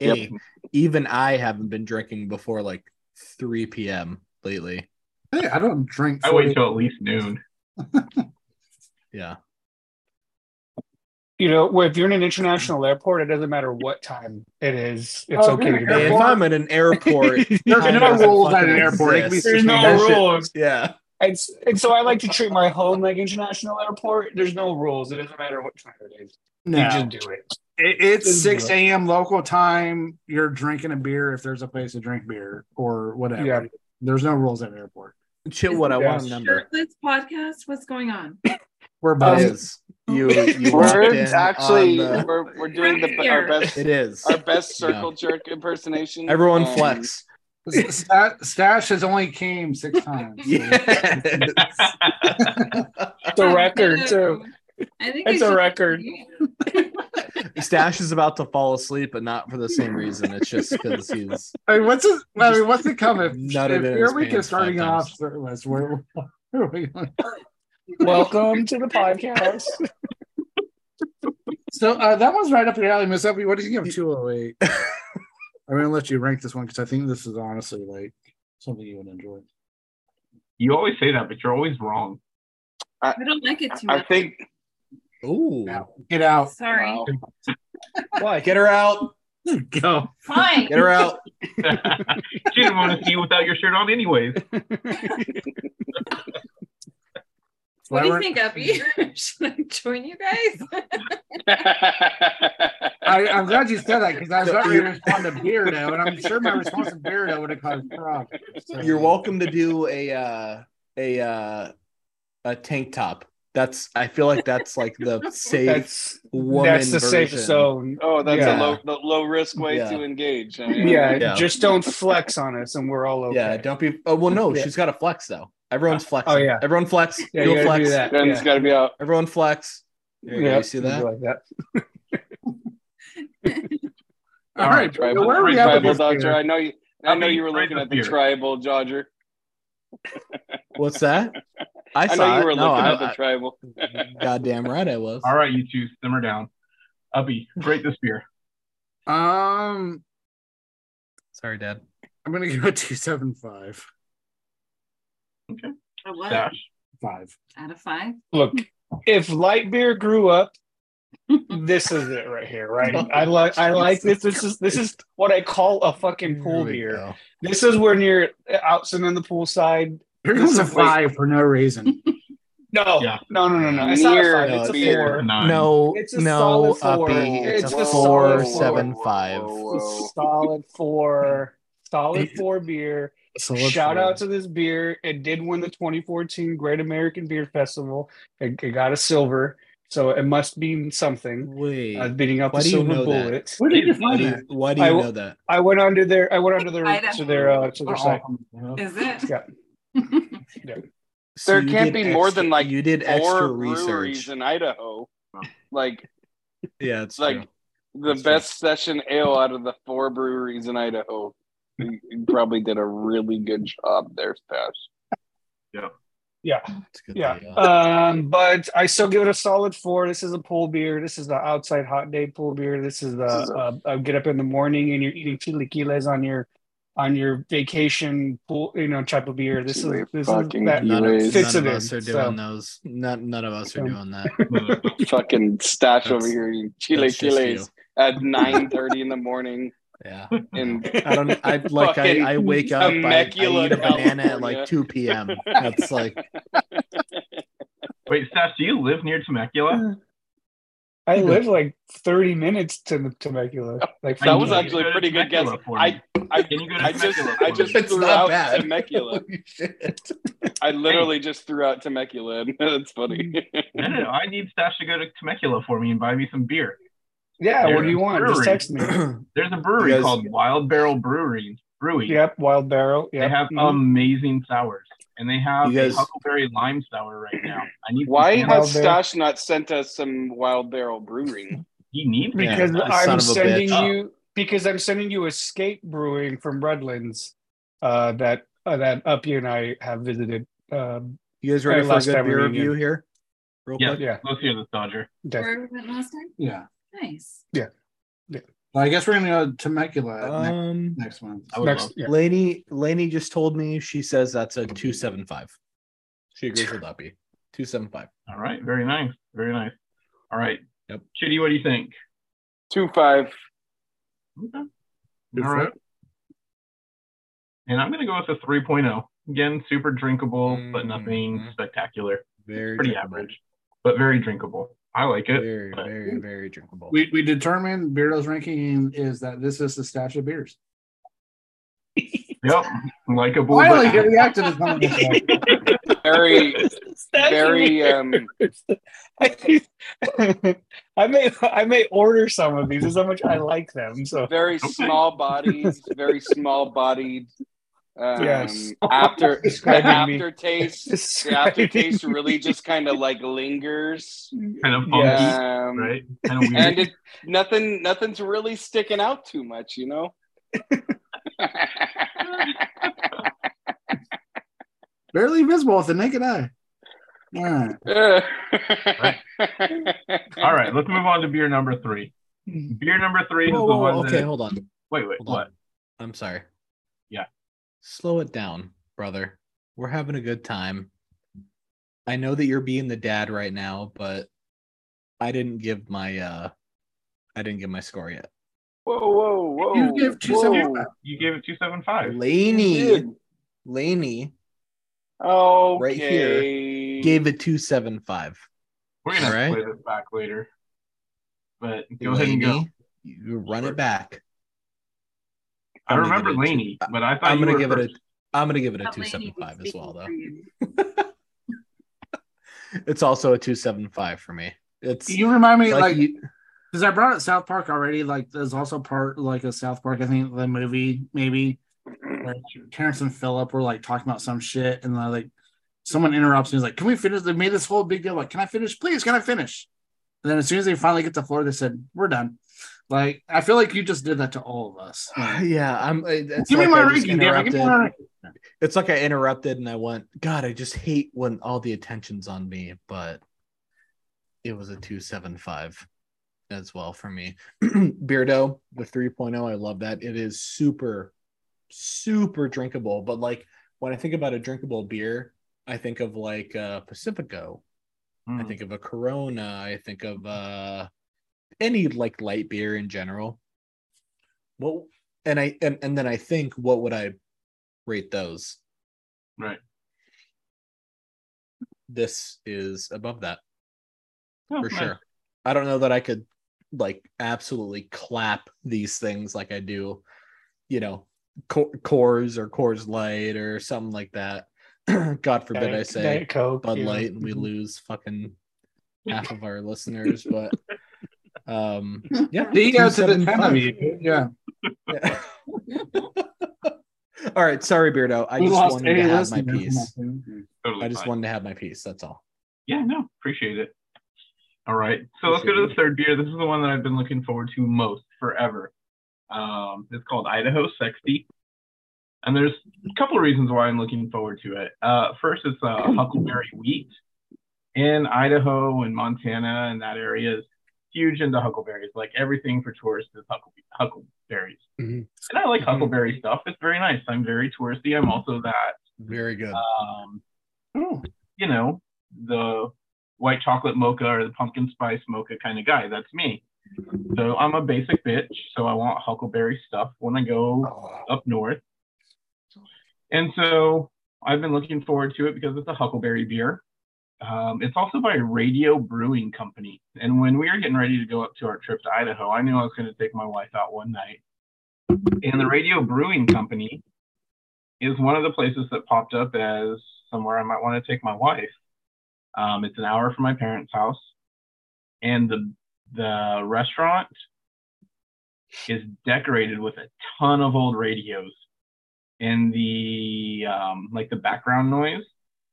Speaker 5: Yep.
Speaker 3: Hey, even I haven't been drinking before like 3 p.m. lately.
Speaker 2: Hey, I don't drink.
Speaker 1: I wait till at least noon.
Speaker 3: Yeah,
Speaker 4: You know, well, if you're in an international airport, it doesn't matter what time it is. It's
Speaker 2: Oh,
Speaker 4: okay.
Speaker 2: yeah,
Speaker 4: to
Speaker 2: yeah.
Speaker 4: go.
Speaker 3: if I'm in an airport,
Speaker 2: There's
Speaker 3: time
Speaker 2: no
Speaker 3: doesn't
Speaker 2: rules at an
Speaker 3: fucking
Speaker 2: airport. It can be
Speaker 3: exist.
Speaker 4: There's no
Speaker 2: That shit-
Speaker 4: rules.
Speaker 3: yeah,
Speaker 4: And, s- and so I like to treat my home like international airport. There's no rules. It doesn't matter what time it is. You
Speaker 2: No.
Speaker 4: just do it.
Speaker 2: It, it's
Speaker 4: Just do
Speaker 2: 6 a.m. local time. You're drinking a beer if there's a place to drink beer or whatever.
Speaker 4: Yeah.
Speaker 2: There's no rules at an airport.
Speaker 3: chill. What I
Speaker 4: Yeah.
Speaker 3: want to number
Speaker 6: Shirtless podcast. What's going on?
Speaker 2: We're
Speaker 3: It
Speaker 2: both.
Speaker 3: is you. you walked
Speaker 5: We're
Speaker 3: in on
Speaker 5: actually
Speaker 3: the-
Speaker 5: we're, we're doing the,
Speaker 6: Right
Speaker 5: our
Speaker 6: here.
Speaker 5: best
Speaker 3: it is.
Speaker 5: our best circle jerk impersonation. Um,
Speaker 3: Everyone
Speaker 5: and
Speaker 3: flex.
Speaker 2: Sta- Stash has only came six times.
Speaker 3: Yes.
Speaker 4: It's a record too.
Speaker 6: I think
Speaker 4: It's
Speaker 6: I
Speaker 4: a
Speaker 6: should-
Speaker 4: record.
Speaker 3: Stash is about to fall asleep, but not for the same reason. It's just because he's
Speaker 2: I mean, what's it? I mean, what's it come if, if
Speaker 3: Nutted in his
Speaker 2: your week is
Speaker 3: pants
Speaker 2: starting an
Speaker 3: five times.
Speaker 2: officer list? Where, where are we going?
Speaker 4: Welcome to the podcast.
Speaker 2: So uh, that one's right up your alley, Miss Effie. What did you give two oh eight? I'm gonna let you rank this one because I think this is honestly like something you would enjoy.
Speaker 1: You always say that, but you're always wrong.
Speaker 6: I don't like it too
Speaker 5: I
Speaker 6: much.
Speaker 5: think
Speaker 3: ooh.
Speaker 2: Now, Get out.
Speaker 6: Sorry.
Speaker 5: Wow.
Speaker 3: Why? Get her out.
Speaker 2: Go.
Speaker 6: Fine.
Speaker 3: Get her out.
Speaker 1: she didn't want to see you without your shirt on, anyways.
Speaker 6: What do you
Speaker 2: Whatever.
Speaker 6: think, Uppy? Should I join you guys?
Speaker 2: I, I'm glad you said that because I was about to respond to Beardo, and I'm sure my response to Beardo would have caused problems. So-
Speaker 3: You're welcome to do a uh, a uh, a tank top. That's I feel like that's like the safe
Speaker 4: That's
Speaker 3: woman.
Speaker 4: that's the
Speaker 3: version.
Speaker 4: safe zone.
Speaker 5: oh, that's
Speaker 3: Yeah.
Speaker 5: a low the low risk way
Speaker 3: Yeah.
Speaker 5: to engage. I mean,
Speaker 4: Yeah,
Speaker 3: Yeah.
Speaker 4: just don't flex on us, and we're all okay.
Speaker 3: Yeah, don't be. Oh well, no,
Speaker 4: Yeah.
Speaker 3: she's got to flex though. Everyone's flexing.
Speaker 4: Oh, yeah.
Speaker 3: everyone flex.
Speaker 4: yeah,
Speaker 3: You'll
Speaker 4: you gotta
Speaker 3: flex.
Speaker 4: do that.
Speaker 5: Ben's
Speaker 4: yeah.
Speaker 5: got to be out.
Speaker 3: Everyone flex. There you go.
Speaker 4: Yep,
Speaker 3: You see that?
Speaker 4: Like that.
Speaker 2: All right,
Speaker 5: tribal,
Speaker 2: Beardo, where are we at with
Speaker 5: tribal
Speaker 2: this
Speaker 5: doctor.
Speaker 2: beer?
Speaker 5: I know you. I know
Speaker 1: Uppy,
Speaker 5: you were
Speaker 1: try
Speaker 5: looking
Speaker 1: the
Speaker 5: at the
Speaker 1: beer.
Speaker 5: tribal, Dodger.
Speaker 3: What's that? I,
Speaker 5: I
Speaker 3: saw
Speaker 5: know you were
Speaker 3: it. No,
Speaker 5: looking
Speaker 3: I-
Speaker 5: at the tribal.
Speaker 3: I- goddamn right I was.
Speaker 1: All right, you two, simmer down. Uppy, rate this beer.
Speaker 2: Um,
Speaker 3: Sorry, Dad.
Speaker 2: I'm gonna give it two seven five
Speaker 6: A what?
Speaker 1: Stash.
Speaker 2: five.
Speaker 6: Out of five?
Speaker 4: Look, if light beer grew up, this is it right here, right? I like I like this. This is this is what I call a fucking pool
Speaker 3: There we
Speaker 4: beer.
Speaker 3: go.
Speaker 4: This is when you're out sitting on the poolside.
Speaker 2: Here comes a
Speaker 4: This is like-
Speaker 2: five for no reason.
Speaker 4: No,
Speaker 1: Yeah.
Speaker 4: no, no, no, no. It's not a
Speaker 5: Near
Speaker 4: five. It's a
Speaker 5: beer.
Speaker 4: four.
Speaker 1: Nine.
Speaker 3: No,
Speaker 4: It's a
Speaker 3: no,
Speaker 4: solid four.
Speaker 3: uppy. It's,
Speaker 4: It's
Speaker 3: a, four,
Speaker 4: a solid four.
Speaker 3: seven, five.
Speaker 5: Whoa,
Speaker 4: It's a
Speaker 5: whoa.
Speaker 4: solid four. Solid four beer.
Speaker 2: So let's
Speaker 4: Shout
Speaker 2: see.
Speaker 4: out to this beer. It did win the 2014 Great American Beer Festival. It, it got a silver, so it must mean something.
Speaker 3: Wait,
Speaker 4: I was beating out
Speaker 3: Why
Speaker 4: the
Speaker 3: do you
Speaker 4: silver
Speaker 3: know that?
Speaker 4: bullet.
Speaker 2: Where did you
Speaker 3: why
Speaker 2: find
Speaker 3: do
Speaker 2: that?
Speaker 3: you, why do you
Speaker 4: I-
Speaker 3: know that?
Speaker 4: I went onto their. I went onto
Speaker 6: I
Speaker 4: their
Speaker 6: don't
Speaker 4: to their uh, to their site.
Speaker 6: Is it?
Speaker 4: Yeah.
Speaker 3: So
Speaker 5: There
Speaker 3: you
Speaker 5: can't
Speaker 3: did
Speaker 5: be more than, like,
Speaker 3: you did
Speaker 5: Four
Speaker 3: extra
Speaker 5: breweries
Speaker 3: research.
Speaker 5: in Idaho. Like
Speaker 3: yeah, it's
Speaker 5: like-
Speaker 3: true.
Speaker 5: the
Speaker 3: That's true.
Speaker 5: best session ale out of the four breweries in Idaho. You you probably did a really good job there, Stash.
Speaker 4: Yeah.
Speaker 3: It's good
Speaker 4: Yeah.
Speaker 3: that you-
Speaker 4: Um, but I still give it a solid four. This is a pool beer. This is the outside hot day pool beer. This is the
Speaker 5: This is a-
Speaker 4: uh, uh, get up in the morning and you're eating chilaquiles on your on your vacation pool, you know, type of beer. This is this is
Speaker 5: fucking
Speaker 4: that
Speaker 3: none
Speaker 5: Anyways.
Speaker 3: of, none
Speaker 4: fits
Speaker 3: of
Speaker 4: it in.
Speaker 3: us are doing
Speaker 4: so,
Speaker 3: those. Not none of us are
Speaker 4: Um,
Speaker 3: doing that.
Speaker 5: Fucking Stash
Speaker 3: That's-
Speaker 5: over here eating
Speaker 3: That's just
Speaker 5: chilaquiles at nine thirty in the
Speaker 3: you.
Speaker 5: morning
Speaker 3: Yeah.
Speaker 5: in
Speaker 3: I don't. I like.
Speaker 5: Fucking
Speaker 3: I, I wake up. I, I eat
Speaker 5: Temecula,
Speaker 3: a banana at
Speaker 5: California.
Speaker 3: like two p.m. That's like.
Speaker 1: Wait, Stash, do you live near Temecula?
Speaker 4: I live like 30 minutes to Temecula. Like
Speaker 5: That was
Speaker 1: Can you
Speaker 4: from-
Speaker 5: actually
Speaker 1: go to
Speaker 5: a pretty good
Speaker 1: Temecula
Speaker 5: guess.
Speaker 1: for me?
Speaker 5: I I
Speaker 1: Can you go to
Speaker 5: I just
Speaker 1: Temecula
Speaker 5: I
Speaker 1: for
Speaker 5: just
Speaker 1: me?
Speaker 5: threw out Temecula.
Speaker 3: Holy shit.
Speaker 5: I literally just threw out Temecula. and That's funny.
Speaker 4: Mm.
Speaker 1: No, no, no, I need Stash to go to Temecula for me and buy me some beer.
Speaker 4: yeah. What
Speaker 1: There's
Speaker 4: do you
Speaker 1: a
Speaker 4: want? Just
Speaker 1: brewery.
Speaker 4: text me.
Speaker 1: There's a brewery
Speaker 3: You guys-
Speaker 1: called Wild Barrel Brewery. Brewery.
Speaker 4: Yep. Wild Barrel.
Speaker 1: They
Speaker 4: Yep.
Speaker 3: uh,
Speaker 1: have
Speaker 4: mhm.
Speaker 1: amazing sours, and they have
Speaker 3: You guys-
Speaker 1: a huckleberry lime sour right now. I need. some
Speaker 5: Why
Speaker 1: canned-
Speaker 4: Wild
Speaker 5: has
Speaker 4: Barrel.
Speaker 5: Stash not sent us some Wild Barrel Brewing?
Speaker 1: he needs it.
Speaker 4: because
Speaker 3: Yeah, son
Speaker 4: I'm
Speaker 3: of a
Speaker 4: sending
Speaker 1: bitch.
Speaker 4: you because I'm sending you Escape Brewing from Redlands uh, that uh, that Uppy and I have visited. Um,
Speaker 3: You guys ready
Speaker 4: Alright,
Speaker 3: for a
Speaker 4: last
Speaker 3: good
Speaker 4: time
Speaker 3: beer
Speaker 4: reunion.
Speaker 3: review here? Real
Speaker 1: Yeah.
Speaker 3: quick.
Speaker 4: yeah,
Speaker 1: Let's hear this, Dodger.
Speaker 4: definitely.
Speaker 6: Where we went last time?
Speaker 2: Yeah.
Speaker 6: Nice.
Speaker 2: Well, I guess we're gonna go to Temecula next,
Speaker 3: Um,
Speaker 2: next month.
Speaker 1: I would
Speaker 4: Next,
Speaker 1: love.
Speaker 4: yeah.
Speaker 3: Laney, Laney just told me she says that's a two seven five. She agrees with Uppy. Two seven five.
Speaker 1: All right, very nice, very nice. All right,
Speaker 3: Yep.
Speaker 1: Chitty, what do you think?
Speaker 5: Two five.
Speaker 1: Okay.
Speaker 2: Good
Speaker 1: All
Speaker 2: for
Speaker 1: right. And I'm gonna go with a 3.0. Again, super drinkable, but nothing
Speaker 3: Mhm.
Speaker 1: spectacular.
Speaker 3: Very
Speaker 1: Pretty
Speaker 3: drinkable.
Speaker 1: average, but very drinkable. I like it.
Speaker 3: Very, very, very drinkable.
Speaker 2: We we determined Beardo's ranking is that this is the stash of beers.
Speaker 1: Yep, likable.
Speaker 2: Finally,
Speaker 1: Oh, But
Speaker 2: get reacted to something.
Speaker 5: Very very um
Speaker 4: I may I may order some of these. Is how much I like them. So
Speaker 5: very small bodies, very small bodied Um,
Speaker 4: Yes.
Speaker 5: After the
Speaker 4: Describing me.
Speaker 5: aftertaste, the
Speaker 4: Describing
Speaker 5: aftertaste
Speaker 4: me.
Speaker 5: really just kind of like lingers.
Speaker 1: Kind of funky,
Speaker 4: Yes.
Speaker 5: Um,
Speaker 1: right? Kind of weird.
Speaker 5: And it, nothing, nothing's really sticking out too much, you know.
Speaker 2: Barely visible with the naked eye. All right.
Speaker 1: All right, let's move on to beer number three. Beer number three
Speaker 3: Mm-hmm. Whoa,
Speaker 1: is the
Speaker 3: whoa,
Speaker 1: one
Speaker 3: whoa, okay,
Speaker 1: that.
Speaker 3: hold on.
Speaker 1: Wait, wait,
Speaker 3: Hold
Speaker 1: what?
Speaker 3: on. I'm sorry.
Speaker 1: Yeah.
Speaker 3: Slow it down, brother. We're having a good time. I know that you're being the dad right now, but I didn't give my uh I didn't give my score yet.
Speaker 5: Whoa, whoa, whoa!
Speaker 2: You give two seven
Speaker 5: Oh, whoa.
Speaker 2: five.
Speaker 1: You gave it 275.
Speaker 3: Laney
Speaker 5: Dude.
Speaker 3: Laney
Speaker 5: Okay.
Speaker 3: here. gave it 275.
Speaker 1: We're going to
Speaker 3: All right.
Speaker 1: play this back later. But go ahead and go.
Speaker 3: Laney, You run it back.
Speaker 1: I
Speaker 3: I'm gonna
Speaker 1: remember
Speaker 3: give it a two-
Speaker 1: Laney, but I thought
Speaker 3: I'm
Speaker 1: you
Speaker 3: gonna
Speaker 1: were
Speaker 3: give it a
Speaker 1: first.
Speaker 3: I'm gonna give it a
Speaker 6: But Lainey was
Speaker 3: 275 as
Speaker 6: speaking
Speaker 3: well
Speaker 6: for
Speaker 3: though.
Speaker 6: you.
Speaker 3: It's also a 275 for me. It's
Speaker 2: You remind me,
Speaker 3: like,
Speaker 2: like,
Speaker 3: you,
Speaker 2: because I brought up South Park already. Like, there's also part like a South Park. I think the movie maybe where Terrence and Philip were like talking about some shit, and they're, like someone interrupts me. Is like, "Can we finish?" They made this whole big deal. Like, "Can I finish? Please, can I finish?" And then as soon as they finally get to the floor, they said, "We're done." Like, I feel like you just did that to all of us. Like,
Speaker 3: yeah, I'm. it- It's
Speaker 2: give,
Speaker 3: like
Speaker 2: me my
Speaker 3: I just
Speaker 2: ranking, damn it, give me my
Speaker 3: interrupted-
Speaker 2: ranking.
Speaker 3: It's like I interrupted and I went, God, I just hate when all the attention's on me, but it was a 275 as well for me. Beardo, the 3.0, I love that. It is super, super drinkable. But like when I think about a drinkable beer, I think of like uh, Pacifico, I
Speaker 1: Mm.
Speaker 3: think of a Corona, I think of uh, any like light beer in general. Well, and I and, and then I think, what would I rate those?
Speaker 1: Right.
Speaker 3: This is above that
Speaker 1: Oh,
Speaker 3: for
Speaker 1: nice.
Speaker 3: sure. I don't know that I could like absolutely clap these things like I do, you know, Co- Coors or Coors Light or something like that. God forbid I
Speaker 4: Diet-
Speaker 3: say
Speaker 4: Diet Coke,
Speaker 3: Bud
Speaker 4: yeah.
Speaker 3: Light and we
Speaker 2: Mm-hmm.
Speaker 3: lose fucking half of our listeners, but um yeah.
Speaker 2: Do you go to the
Speaker 3: 275.
Speaker 2: ten of you? Yeah,
Speaker 3: Yeah. all right, sorry Beardo. I
Speaker 2: we
Speaker 3: just
Speaker 2: lost
Speaker 3: wanted to
Speaker 2: eighty
Speaker 3: have my
Speaker 2: listeners from
Speaker 3: piece.
Speaker 2: that thing.
Speaker 1: Totally
Speaker 3: I just
Speaker 1: fine.
Speaker 3: wanted to have my piece, that's all.
Speaker 1: Yeah, no, appreciate it. All right, so let's go to the third beer. This is the one that I've been looking forward to most forever. Um, it's called Idaho Sexty, and there's a couple of reasons why I'm looking forward to it. Uh, first, it's uh, huckleberry wheat in Idaho and Montana and that area is huge into huckleberries. Like everything for tourists is huckleberry, huckleberries,
Speaker 3: Mhm.
Speaker 1: and I like
Speaker 4: Mhm.
Speaker 1: huckleberry stuff. It's very nice. I'm very touristy. I'm also that
Speaker 3: Very good.
Speaker 1: um, you know, the white chocolate mocha or the pumpkin spice mocha kind of guy. That's me. So I'm a basic bitch. So I want huckleberry stuff when I go
Speaker 4: Oh,
Speaker 1: up north. And so I've been looking forward to it because it's a huckleberry beer. Um, it's also by Radio Brewing Company. And when we were getting ready to go up to our trip to Idaho, I knew I was going to take my wife out one night. And the Radio Brewing Company is one of the places that popped up as somewhere I might want to take my wife. Um, it's an hour from my parents' house, and the the restaurant is decorated with a ton of old radios and the um, like the background noise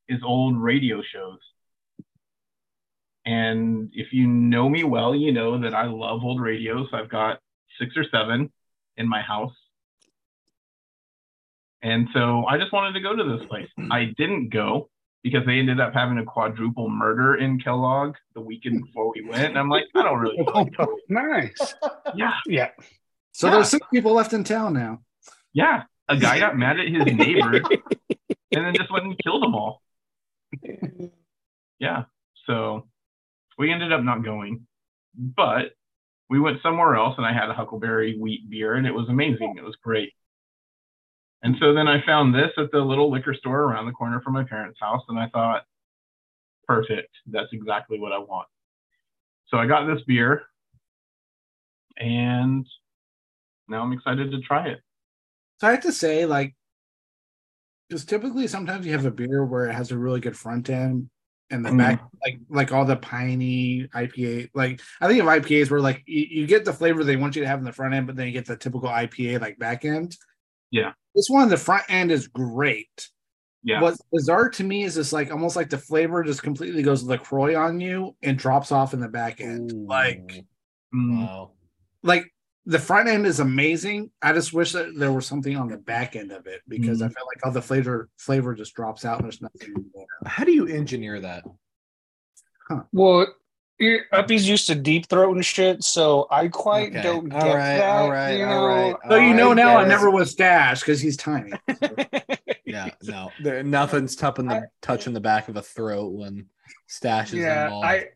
Speaker 1: is old radio shows. And if you know me well, you know that I love old radios. I've got six or seven in my house. And so I just wanted to go to this place. I didn't go because they ended up having a quadruple murder in Kellogg the weekend before we went. And I'm like, I don't really feel like going.
Speaker 4: nice.
Speaker 1: Yeah.
Speaker 4: Yeah.
Speaker 2: So there's six people left in town now.
Speaker 1: Yeah, a guy got mad at his neighbor and then just went and killed them all. Yeah, so we ended up not going, but we went somewhere else and I had a huckleberry wheat beer and it was amazing. It was great. And so then I found this at the little liquor store around the corner from my parents' house and I thought, perfect. That's exactly what I want. So I got this beer and now I'm excited to try it.
Speaker 2: So I have to say, like, because typically sometimes you have a beer where it has a really good front end and the
Speaker 1: Mhm.
Speaker 2: back, like like all the piney IPA. Like I think of IPAs where like you, you get the flavor they want you to have in the front end, but then you get the typical IPA like back end.
Speaker 1: Yeah.
Speaker 2: This one, the front end is great.
Speaker 1: Yeah.
Speaker 2: What's bizarre to me is this like almost like the flavor just completely goes LaCroix on you and drops off in the back end. Like
Speaker 1: Mm.
Speaker 3: wow.
Speaker 2: like the front end is amazing. I just wish that there was something on the back end of it because I felt like all the flavor flavor just drops out and there's nothing there.
Speaker 3: How do you engineer that?
Speaker 4: Well, you're, Uppy's used to deep throat and shit, so I quite
Speaker 3: Okay.
Speaker 4: don't
Speaker 3: All
Speaker 4: get
Speaker 3: right,
Speaker 4: that.
Speaker 3: all right,
Speaker 4: you
Speaker 3: all
Speaker 4: know?
Speaker 3: right,
Speaker 2: So you
Speaker 3: I
Speaker 2: know now Oh, I
Speaker 3: guess.
Speaker 2: never was Dash because he's tiny.
Speaker 3: Yeah, no, there, nothing's touching the touching the back of a throat when stash is
Speaker 4: yeah,
Speaker 3: involved.
Speaker 4: I,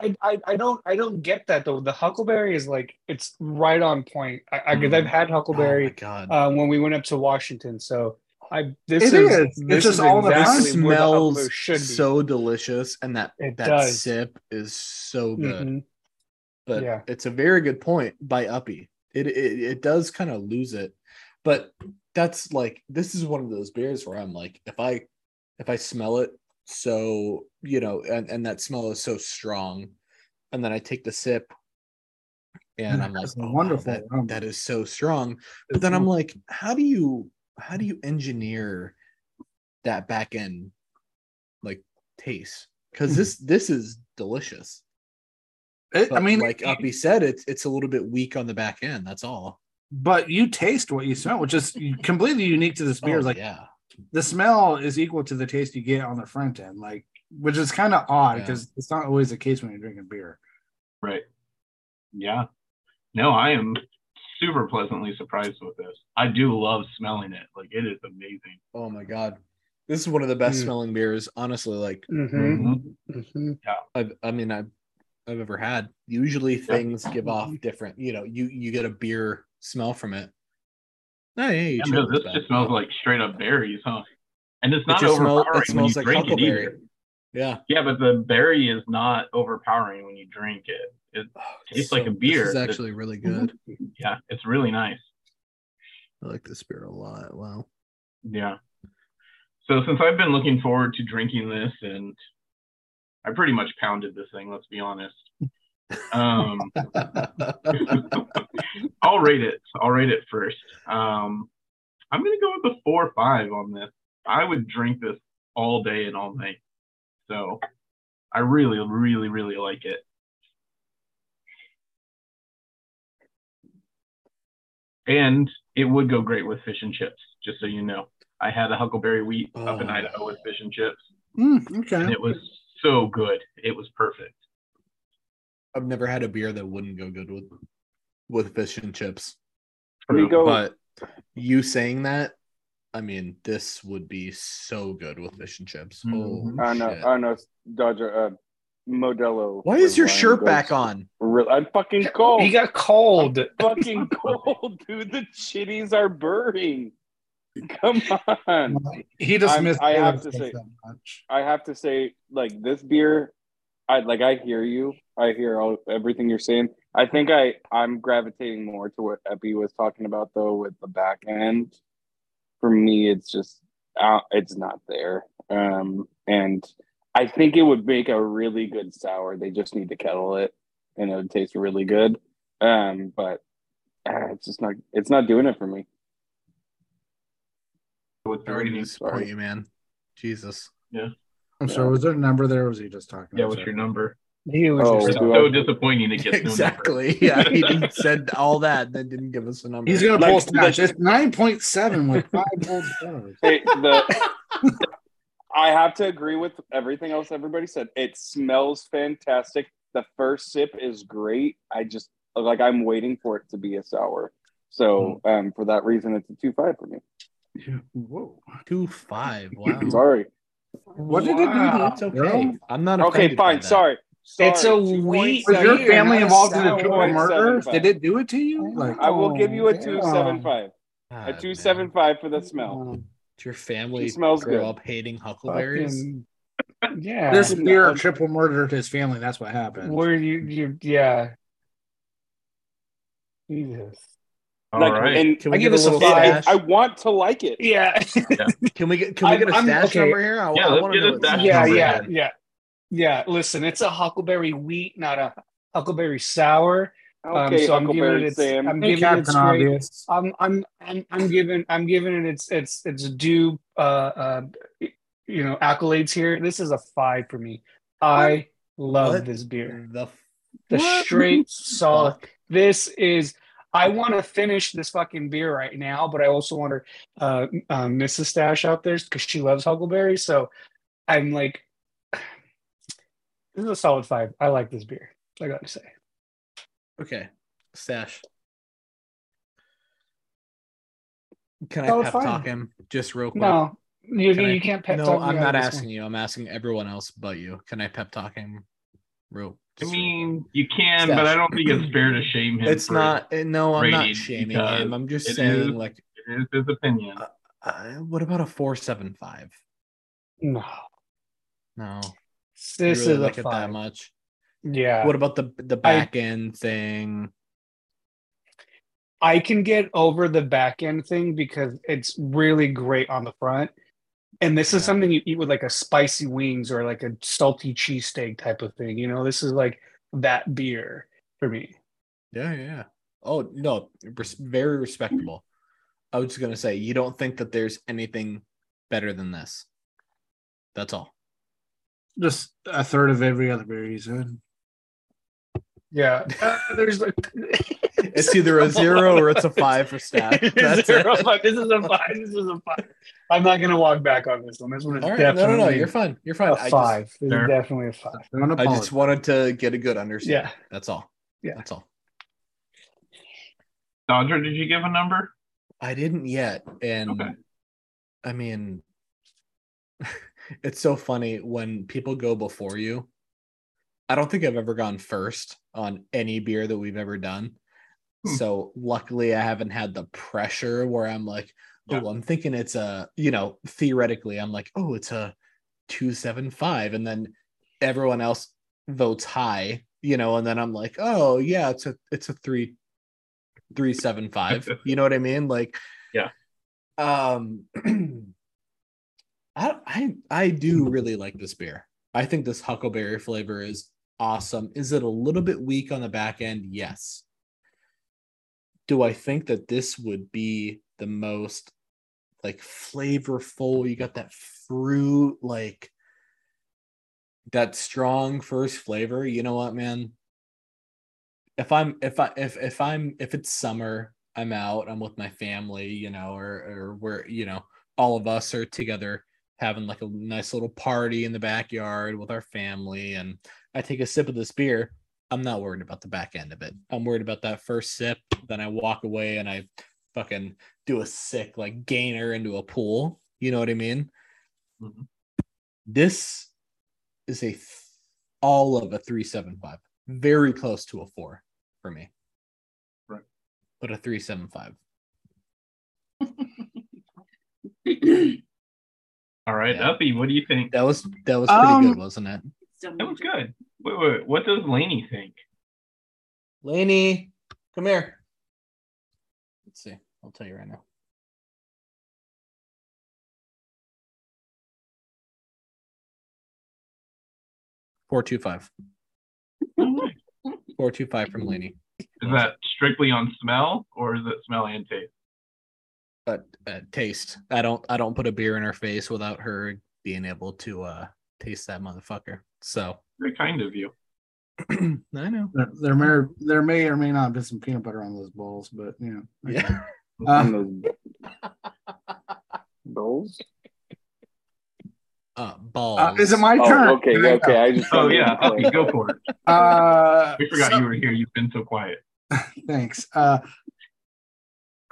Speaker 4: I, I, I don't, I don't get that though. The huckleberry is like it's right on point. I, I because I've had
Speaker 3: oh my
Speaker 4: huckleberry
Speaker 3: god,
Speaker 4: uh, when we went up to Washington, so I this
Speaker 2: It
Speaker 4: is,
Speaker 2: is. It's
Speaker 4: this
Speaker 2: just
Speaker 4: is
Speaker 2: all in the
Speaker 3: it
Speaker 2: honestly,
Speaker 4: exactly where the
Speaker 3: smells
Speaker 4: huckleberry should be.
Speaker 3: so delicious, and that
Speaker 4: It
Speaker 3: that
Speaker 4: does.
Speaker 3: sip is so good.
Speaker 4: Mhm.
Speaker 3: but
Speaker 4: Yeah.
Speaker 3: it's a very good point by Uppy. It it, it does kind of lose it, but that's like this is one of those beers where I'm like, if I if I smell it, so you know, and and that smell is so strong, and then I take the sip, and I'm like,
Speaker 2: That's
Speaker 3: oh,
Speaker 2: wonderful.
Speaker 3: wonderful,
Speaker 2: Wow.
Speaker 3: that is so strong. But then I'm like, how do you how do you engineer that back end like taste?
Speaker 2: Hmm.
Speaker 3: Because this this is delicious.
Speaker 2: It- I mean,
Speaker 3: like Uppy said, it's it's a little bit weak on the back end. That's all.
Speaker 2: but you taste what you smell, which is completely unique to this beer.
Speaker 3: Oh,
Speaker 2: like
Speaker 3: yeah,
Speaker 2: the smell is equal to the taste you get on the front end, like which is kind of odd
Speaker 3: Yeah.
Speaker 2: because it's not always the case when you're drinking beer.
Speaker 1: Right. Yeah. No, I am super pleasantly surprised with this. I do love smelling it. Like it is amazing.
Speaker 3: oh my god, this is one of the best
Speaker 4: Mm.
Speaker 3: smelling beers. Honestly, like
Speaker 1: Mm.
Speaker 4: Mhm.
Speaker 3: Mm-hmm.
Speaker 4: Mhm.
Speaker 3: I've, I mean, I've I've ever had. Usually things give off different. You know, you you get a beer smell from it. No, yeah, you
Speaker 1: Yeah,
Speaker 3: chose
Speaker 1: no, this
Speaker 3: that.
Speaker 1: just smells like straight up berries, huh? And it's
Speaker 3: It
Speaker 1: not
Speaker 3: just smell-
Speaker 1: overpowering
Speaker 3: it
Speaker 1: when
Speaker 3: smells
Speaker 1: you
Speaker 3: like
Speaker 1: drink it
Speaker 3: huckleberry.
Speaker 1: either.
Speaker 3: Yeah,
Speaker 1: Yeah, but the berry is not overpowering when you drink it. It
Speaker 3: oh,
Speaker 1: Tastes like a
Speaker 3: This
Speaker 1: beer.
Speaker 3: is actually really good.
Speaker 1: yeah, it's really nice.
Speaker 3: I like this beer a lot. Wow.
Speaker 1: Yeah. So since I've been looking forward to drinking this, and I pretty much pounded this thing. Let's be honest. Um, I'll rate it. I'll rate it first. Um, I'm gonna go with a four or five on this. I would drink this all day and all night. So I really, really, really like it. And it would go great with fish and chips, just so you know. I had a huckleberry wheat up in
Speaker 3: Oh.
Speaker 1: Idaho with fish and chips,
Speaker 2: Mm, okay.
Speaker 1: and it was so good. It was perfect.
Speaker 3: I've never had a beer that wouldn't go good with with fish and chips.
Speaker 5: Let me go.
Speaker 3: but you saying that, I mean, this would be so good with fish and chips.
Speaker 1: Mhm.
Speaker 3: Oh,
Speaker 5: I know.
Speaker 3: shit.
Speaker 5: I know. Dodger. Uh, Modelo.
Speaker 3: Why is your
Speaker 5: was
Speaker 3: shirt
Speaker 5: lying.
Speaker 3: back on?
Speaker 5: Re- I'm fucking cold.
Speaker 4: Oh, He got cold.
Speaker 5: fucking cold, dude. The chitties are burning. Come on.
Speaker 2: He just
Speaker 5: I'm-
Speaker 2: missed.
Speaker 5: I have
Speaker 2: Taylor
Speaker 5: to
Speaker 2: Swift
Speaker 5: say-
Speaker 2: that much.
Speaker 5: I have to say, like this beer, I like. I hear you. I hear all everything you're saying. I think I I'm gravitating more to what Epi was talking about though with the back end. For me, it's just uh, it's not there, um, and I think it would make a really good sour. They just need to kettle it, and it would taste really good. Um, but uh, it's just not it's not doing it for me.
Speaker 1: With the
Speaker 3: I already
Speaker 1: rating.
Speaker 3: disappoint you, man. Jesus.
Speaker 2: I'm sorry. Was there a number there? Or was he just talking?
Speaker 1: Yeah,
Speaker 2: I'm
Speaker 1: what's
Speaker 2: sorry.
Speaker 1: your number?
Speaker 4: He was
Speaker 5: Oh,
Speaker 1: It's
Speaker 4: just
Speaker 5: do
Speaker 1: so
Speaker 5: I-
Speaker 1: disappointing it gets
Speaker 3: Exactly. Yeah, he didn't- said all that and then didn't give us a number.
Speaker 2: He's gonna
Speaker 5: Like-
Speaker 2: pull snatch. It's nine point seven with five gold stars.
Speaker 5: it, the, I have to agree with everything else everybody said. It smells fantastic. The first sip is great. I just like I'm waiting for it to be a sour. So um, for that reason, it's a two five for me.
Speaker 2: Whoa.
Speaker 3: two five. Wow.
Speaker 5: Sorry.
Speaker 2: What did it do?
Speaker 4: Wow.
Speaker 3: It's okay. I'm not
Speaker 5: Okay,
Speaker 3: offended by
Speaker 5: fine.
Speaker 3: that.
Speaker 5: Sorry. Sorry.
Speaker 4: It's a wheat
Speaker 2: Was your
Speaker 4: Beer,
Speaker 2: family
Speaker 4: not a
Speaker 2: involved in the
Speaker 4: sour.
Speaker 2: triple murder?
Speaker 5: 2.75.
Speaker 2: Did it do it to you? Like,
Speaker 5: I will give you a
Speaker 4: Oh,
Speaker 5: two seven five.
Speaker 3: God,
Speaker 5: A
Speaker 3: man.
Speaker 5: two seven five for the smell.
Speaker 3: Did your family
Speaker 5: She smells
Speaker 3: grow
Speaker 5: good.
Speaker 3: up hating huckleberries?
Speaker 4: Fucking- yeah.
Speaker 2: this
Speaker 5: no.
Speaker 2: beer triple murdered his family. That's what happened.
Speaker 4: Where you you yeah. Jesus.
Speaker 1: All right.
Speaker 5: like and
Speaker 3: Can
Speaker 4: I give
Speaker 3: get a
Speaker 4: this a
Speaker 3: little
Speaker 4: five.
Speaker 5: it,
Speaker 3: stash?
Speaker 5: I want to like it.
Speaker 4: Yeah.
Speaker 3: Can we get can we
Speaker 4: I'm-
Speaker 3: get a
Speaker 4: I'm-
Speaker 3: stash
Speaker 4: okay.
Speaker 3: number here? I,
Speaker 1: Yeah,
Speaker 3: I
Speaker 1: let's
Speaker 3: wanna
Speaker 1: get a
Speaker 3: know what
Speaker 1: stash
Speaker 3: stash
Speaker 4: yeah,
Speaker 1: number.
Speaker 4: yeah,
Speaker 3: number
Speaker 4: yeah. Yeah. Listen, it's a huckleberry wheat, not a huckleberry sour. Um,
Speaker 5: Okay,
Speaker 4: so I'm giving
Speaker 5: Huckleberry
Speaker 4: it its,
Speaker 5: Sam.
Speaker 4: I'm
Speaker 2: Hey,
Speaker 4: giving it
Speaker 2: Captain
Speaker 4: its grade-
Speaker 2: Obvious.
Speaker 4: I'm I'm I'm I'm giving I'm giving it its its its due uh uh you know accolades here. This is a five for me. I love
Speaker 3: What?
Speaker 4: this beer.
Speaker 3: The
Speaker 4: The
Speaker 3: What?
Speaker 4: straight solid.
Speaker 3: fuck?
Speaker 4: This is I want to finish this fucking beer right now, but I also want her uh, um, Mrs. Stash out there because she loves Huckleberry. So I'm like, this is a solid five. I like this beer. I gotta say.
Speaker 3: Okay, stash. Can
Speaker 4: Oh,
Speaker 3: I pep
Speaker 4: fine.
Speaker 3: talk him just real quick?
Speaker 4: No, you,
Speaker 3: Can I-
Speaker 4: you can't pet.
Speaker 3: no,
Speaker 4: talk me
Speaker 3: I'm
Speaker 4: out of
Speaker 3: not
Speaker 4: this
Speaker 3: asking
Speaker 4: one.
Speaker 3: you. I'm asking everyone else but you. Can I pep talk him? Real.
Speaker 1: I
Speaker 3: just real
Speaker 1: mean, you can,
Speaker 3: Stash.
Speaker 1: but I don't think it's fair to shame him.
Speaker 3: quick? it's
Speaker 1: for
Speaker 3: not. eh, No, I'm not
Speaker 1: rating
Speaker 3: shaming
Speaker 1: because
Speaker 3: him. I'm just
Speaker 1: it
Speaker 3: saying,
Speaker 1: is-
Speaker 3: like,
Speaker 1: It is his opinion.
Speaker 3: Uh, uh, what about a four seven five?
Speaker 4: No,
Speaker 3: No, you
Speaker 4: this
Speaker 3: really
Speaker 4: is
Speaker 3: like
Speaker 4: a
Speaker 3: it that
Speaker 4: five.
Speaker 3: much.
Speaker 4: Yeah,
Speaker 3: What about the the back end thing?
Speaker 4: I can get over the back end thing because it's really great on the front, and this is
Speaker 3: Yeah.
Speaker 4: something you eat with like a spicy wings or like a salty cheesesteak type of thing. You know, this is like that beer for me.
Speaker 3: Yeah, yeah. Oh no, res- very respectable. I was just gonna say, you don't think that there's anything better than this. That's all.
Speaker 2: Just a third of every other beer he's in.
Speaker 4: Yeah, Uh, there's like
Speaker 3: It's either a zero or it's a five for staff. That's
Speaker 4: Zero,
Speaker 3: it.
Speaker 4: but This is a five. This is a five. I'm not gonna walk back on this one. This one is
Speaker 3: All right, no,
Speaker 4: definitely
Speaker 3: no, no. You're fine. You're fine. I
Speaker 4: a five. This
Speaker 1: Sure.
Speaker 4: is definitely a five.
Speaker 2: Don't
Speaker 3: just, I just
Speaker 2: apologize.
Speaker 3: wanted to get a good understanding.
Speaker 4: Yeah.
Speaker 3: that's all.
Speaker 4: Yeah.
Speaker 3: that's all.
Speaker 1: Dodger, did you give a number?
Speaker 3: I didn't yet, and
Speaker 1: Okay.
Speaker 3: I mean, it's so funny when people go before you. I don't think I've ever gone first on any beer that we've ever done.
Speaker 1: Hmm.
Speaker 3: So luckily, I haven't had the pressure where I'm like, oh,
Speaker 1: Yeah.
Speaker 3: I'm thinking it's a, you know, theoretically, I'm like, oh, it's a 275. And then everyone else votes high, you know, and then I'm like, oh, yeah, it's a, it's a three, three, seven, five. You know what I mean? Like,
Speaker 1: Yeah.
Speaker 3: Um, I, I, I do really like this beer. I think this huckleberry flavor is awesome. Is it a little bit weak on the back end? Yes. Do I think that this would be the most like flavorful? You got that fruit, like that strong first flavor. You know what, man? If I'm if I if if I'm if it's summer, I'm out, I'm with my family, you know, or or we're, you know, all of us are together having like a nice little party in the backyard with our family and I take a sip of this beer, I'm not worried about the back end of it. I'm worried about that first sip. Then I walk away and I fucking do a sick like gainer into a pool. You know what I mean?
Speaker 1: Mhm.
Speaker 3: This is a th- all of a 375, very close to a four for me.
Speaker 1: Right.
Speaker 3: But a 375.
Speaker 6: it's
Speaker 1: All right,
Speaker 3: Yeah.
Speaker 1: Uppy, what do you think?
Speaker 3: That was that was pretty
Speaker 2: Um,
Speaker 3: good, wasn't it?
Speaker 6: still
Speaker 1: That was
Speaker 6: major.
Speaker 1: good. Wait, wait, what does Laney think?
Speaker 3: Laney, come here. Let's see. I'll tell you right now. Four two five. Four two five from Laney.
Speaker 1: Is that strictly on smell or is it smell and taste?
Speaker 3: But uh, taste. I don't. I don't put a beer in her face without her being able to uh taste that motherfucker. So
Speaker 1: Very kind of you.
Speaker 3: I know.
Speaker 2: There, there may there may or may not have been some peanut butter on those balls, but you know.
Speaker 3: Yeah.
Speaker 2: Uh,
Speaker 5: On those Those?
Speaker 3: Uh, balls.
Speaker 2: uh, is it my turn?
Speaker 5: Oh, okay,
Speaker 2: Here I go.
Speaker 5: okay. I just
Speaker 1: Oh yeah, Uppy, go for it.
Speaker 2: Uh,
Speaker 1: We forgot
Speaker 2: so-
Speaker 1: you were here. You've been so quiet.
Speaker 2: Thanks. Uh,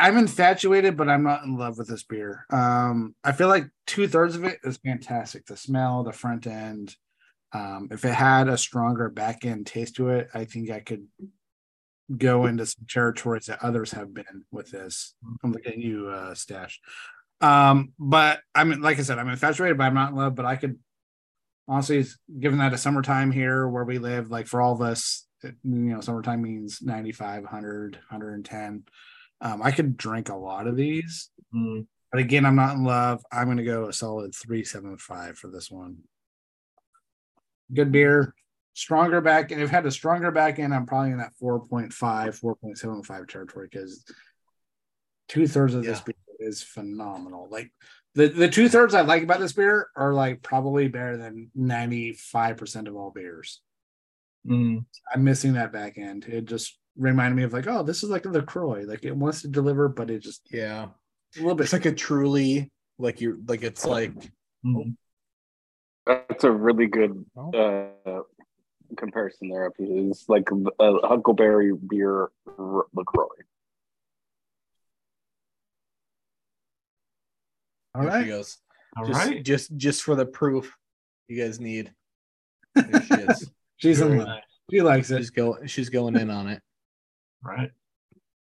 Speaker 2: I'm infatuated, but I'm not in love with this beer. Um, I feel like two thirds of it is fantastic. The smell, the front end. Um, if it had a stronger back end taste to it, I think I could go into some territories that others have been with this. I'm looking at you, uh, Stash. Um, but I mean, like I said, I'm infatuated, but I'm not in love. But I could honestly, given that it's summertime here where we live, like for all of us, it- you know, summertime means 95, 100, 110. Um, I could drink a lot of these,
Speaker 1: Mm,
Speaker 2: but again, I'm not in love. I'm going to go a solid 375 for this one. Good beer, stronger back and if had a stronger back end, I'm probably in that 4.5, 4.75 territory because two thirds of this
Speaker 3: Yeah.
Speaker 2: beer is phenomenal. Like the, the two thirds I like about this beer are like probably better than 95% of all beers.
Speaker 1: Mm.
Speaker 2: I'm missing that back end. It just reminded me of like, oh, this is like a LaCroix. Like it wants to deliver, but it just
Speaker 3: Yeah.
Speaker 2: a little bit
Speaker 3: It's like a truly like you're like it's like Oh,
Speaker 1: Mm.
Speaker 5: That's a really good uh, comparison there. Up is like a Huckleberry beer r- Lacroix.
Speaker 2: all
Speaker 3: there she
Speaker 2: right.
Speaker 3: goes.
Speaker 1: All
Speaker 3: just,
Speaker 1: right.
Speaker 3: just just for the proof you guys need. There she is.
Speaker 2: She's in
Speaker 1: Very
Speaker 2: love.
Speaker 1: nice.
Speaker 2: She likes it.
Speaker 3: she's go she's going in on it.
Speaker 1: Right.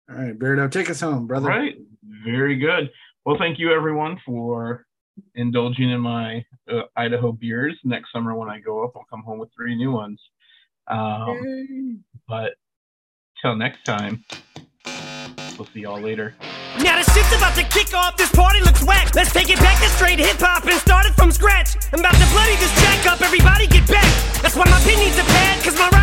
Speaker 2: All right, Beardo, take us home, brother.
Speaker 1: All right. Very good. Well, thank you everyone for indulging in my uh, Idaho beers. Next summer when I go up, I'll come home with three new ones. Um, but till next time, we'll see y'all later.
Speaker 7: Now the shit's about to kick off, this party looks whack. Let's take it back to straight hip hop and start it from scratch. I'm about to bloody this track up, everybody get back. That's why my pin needs a pad, cause my E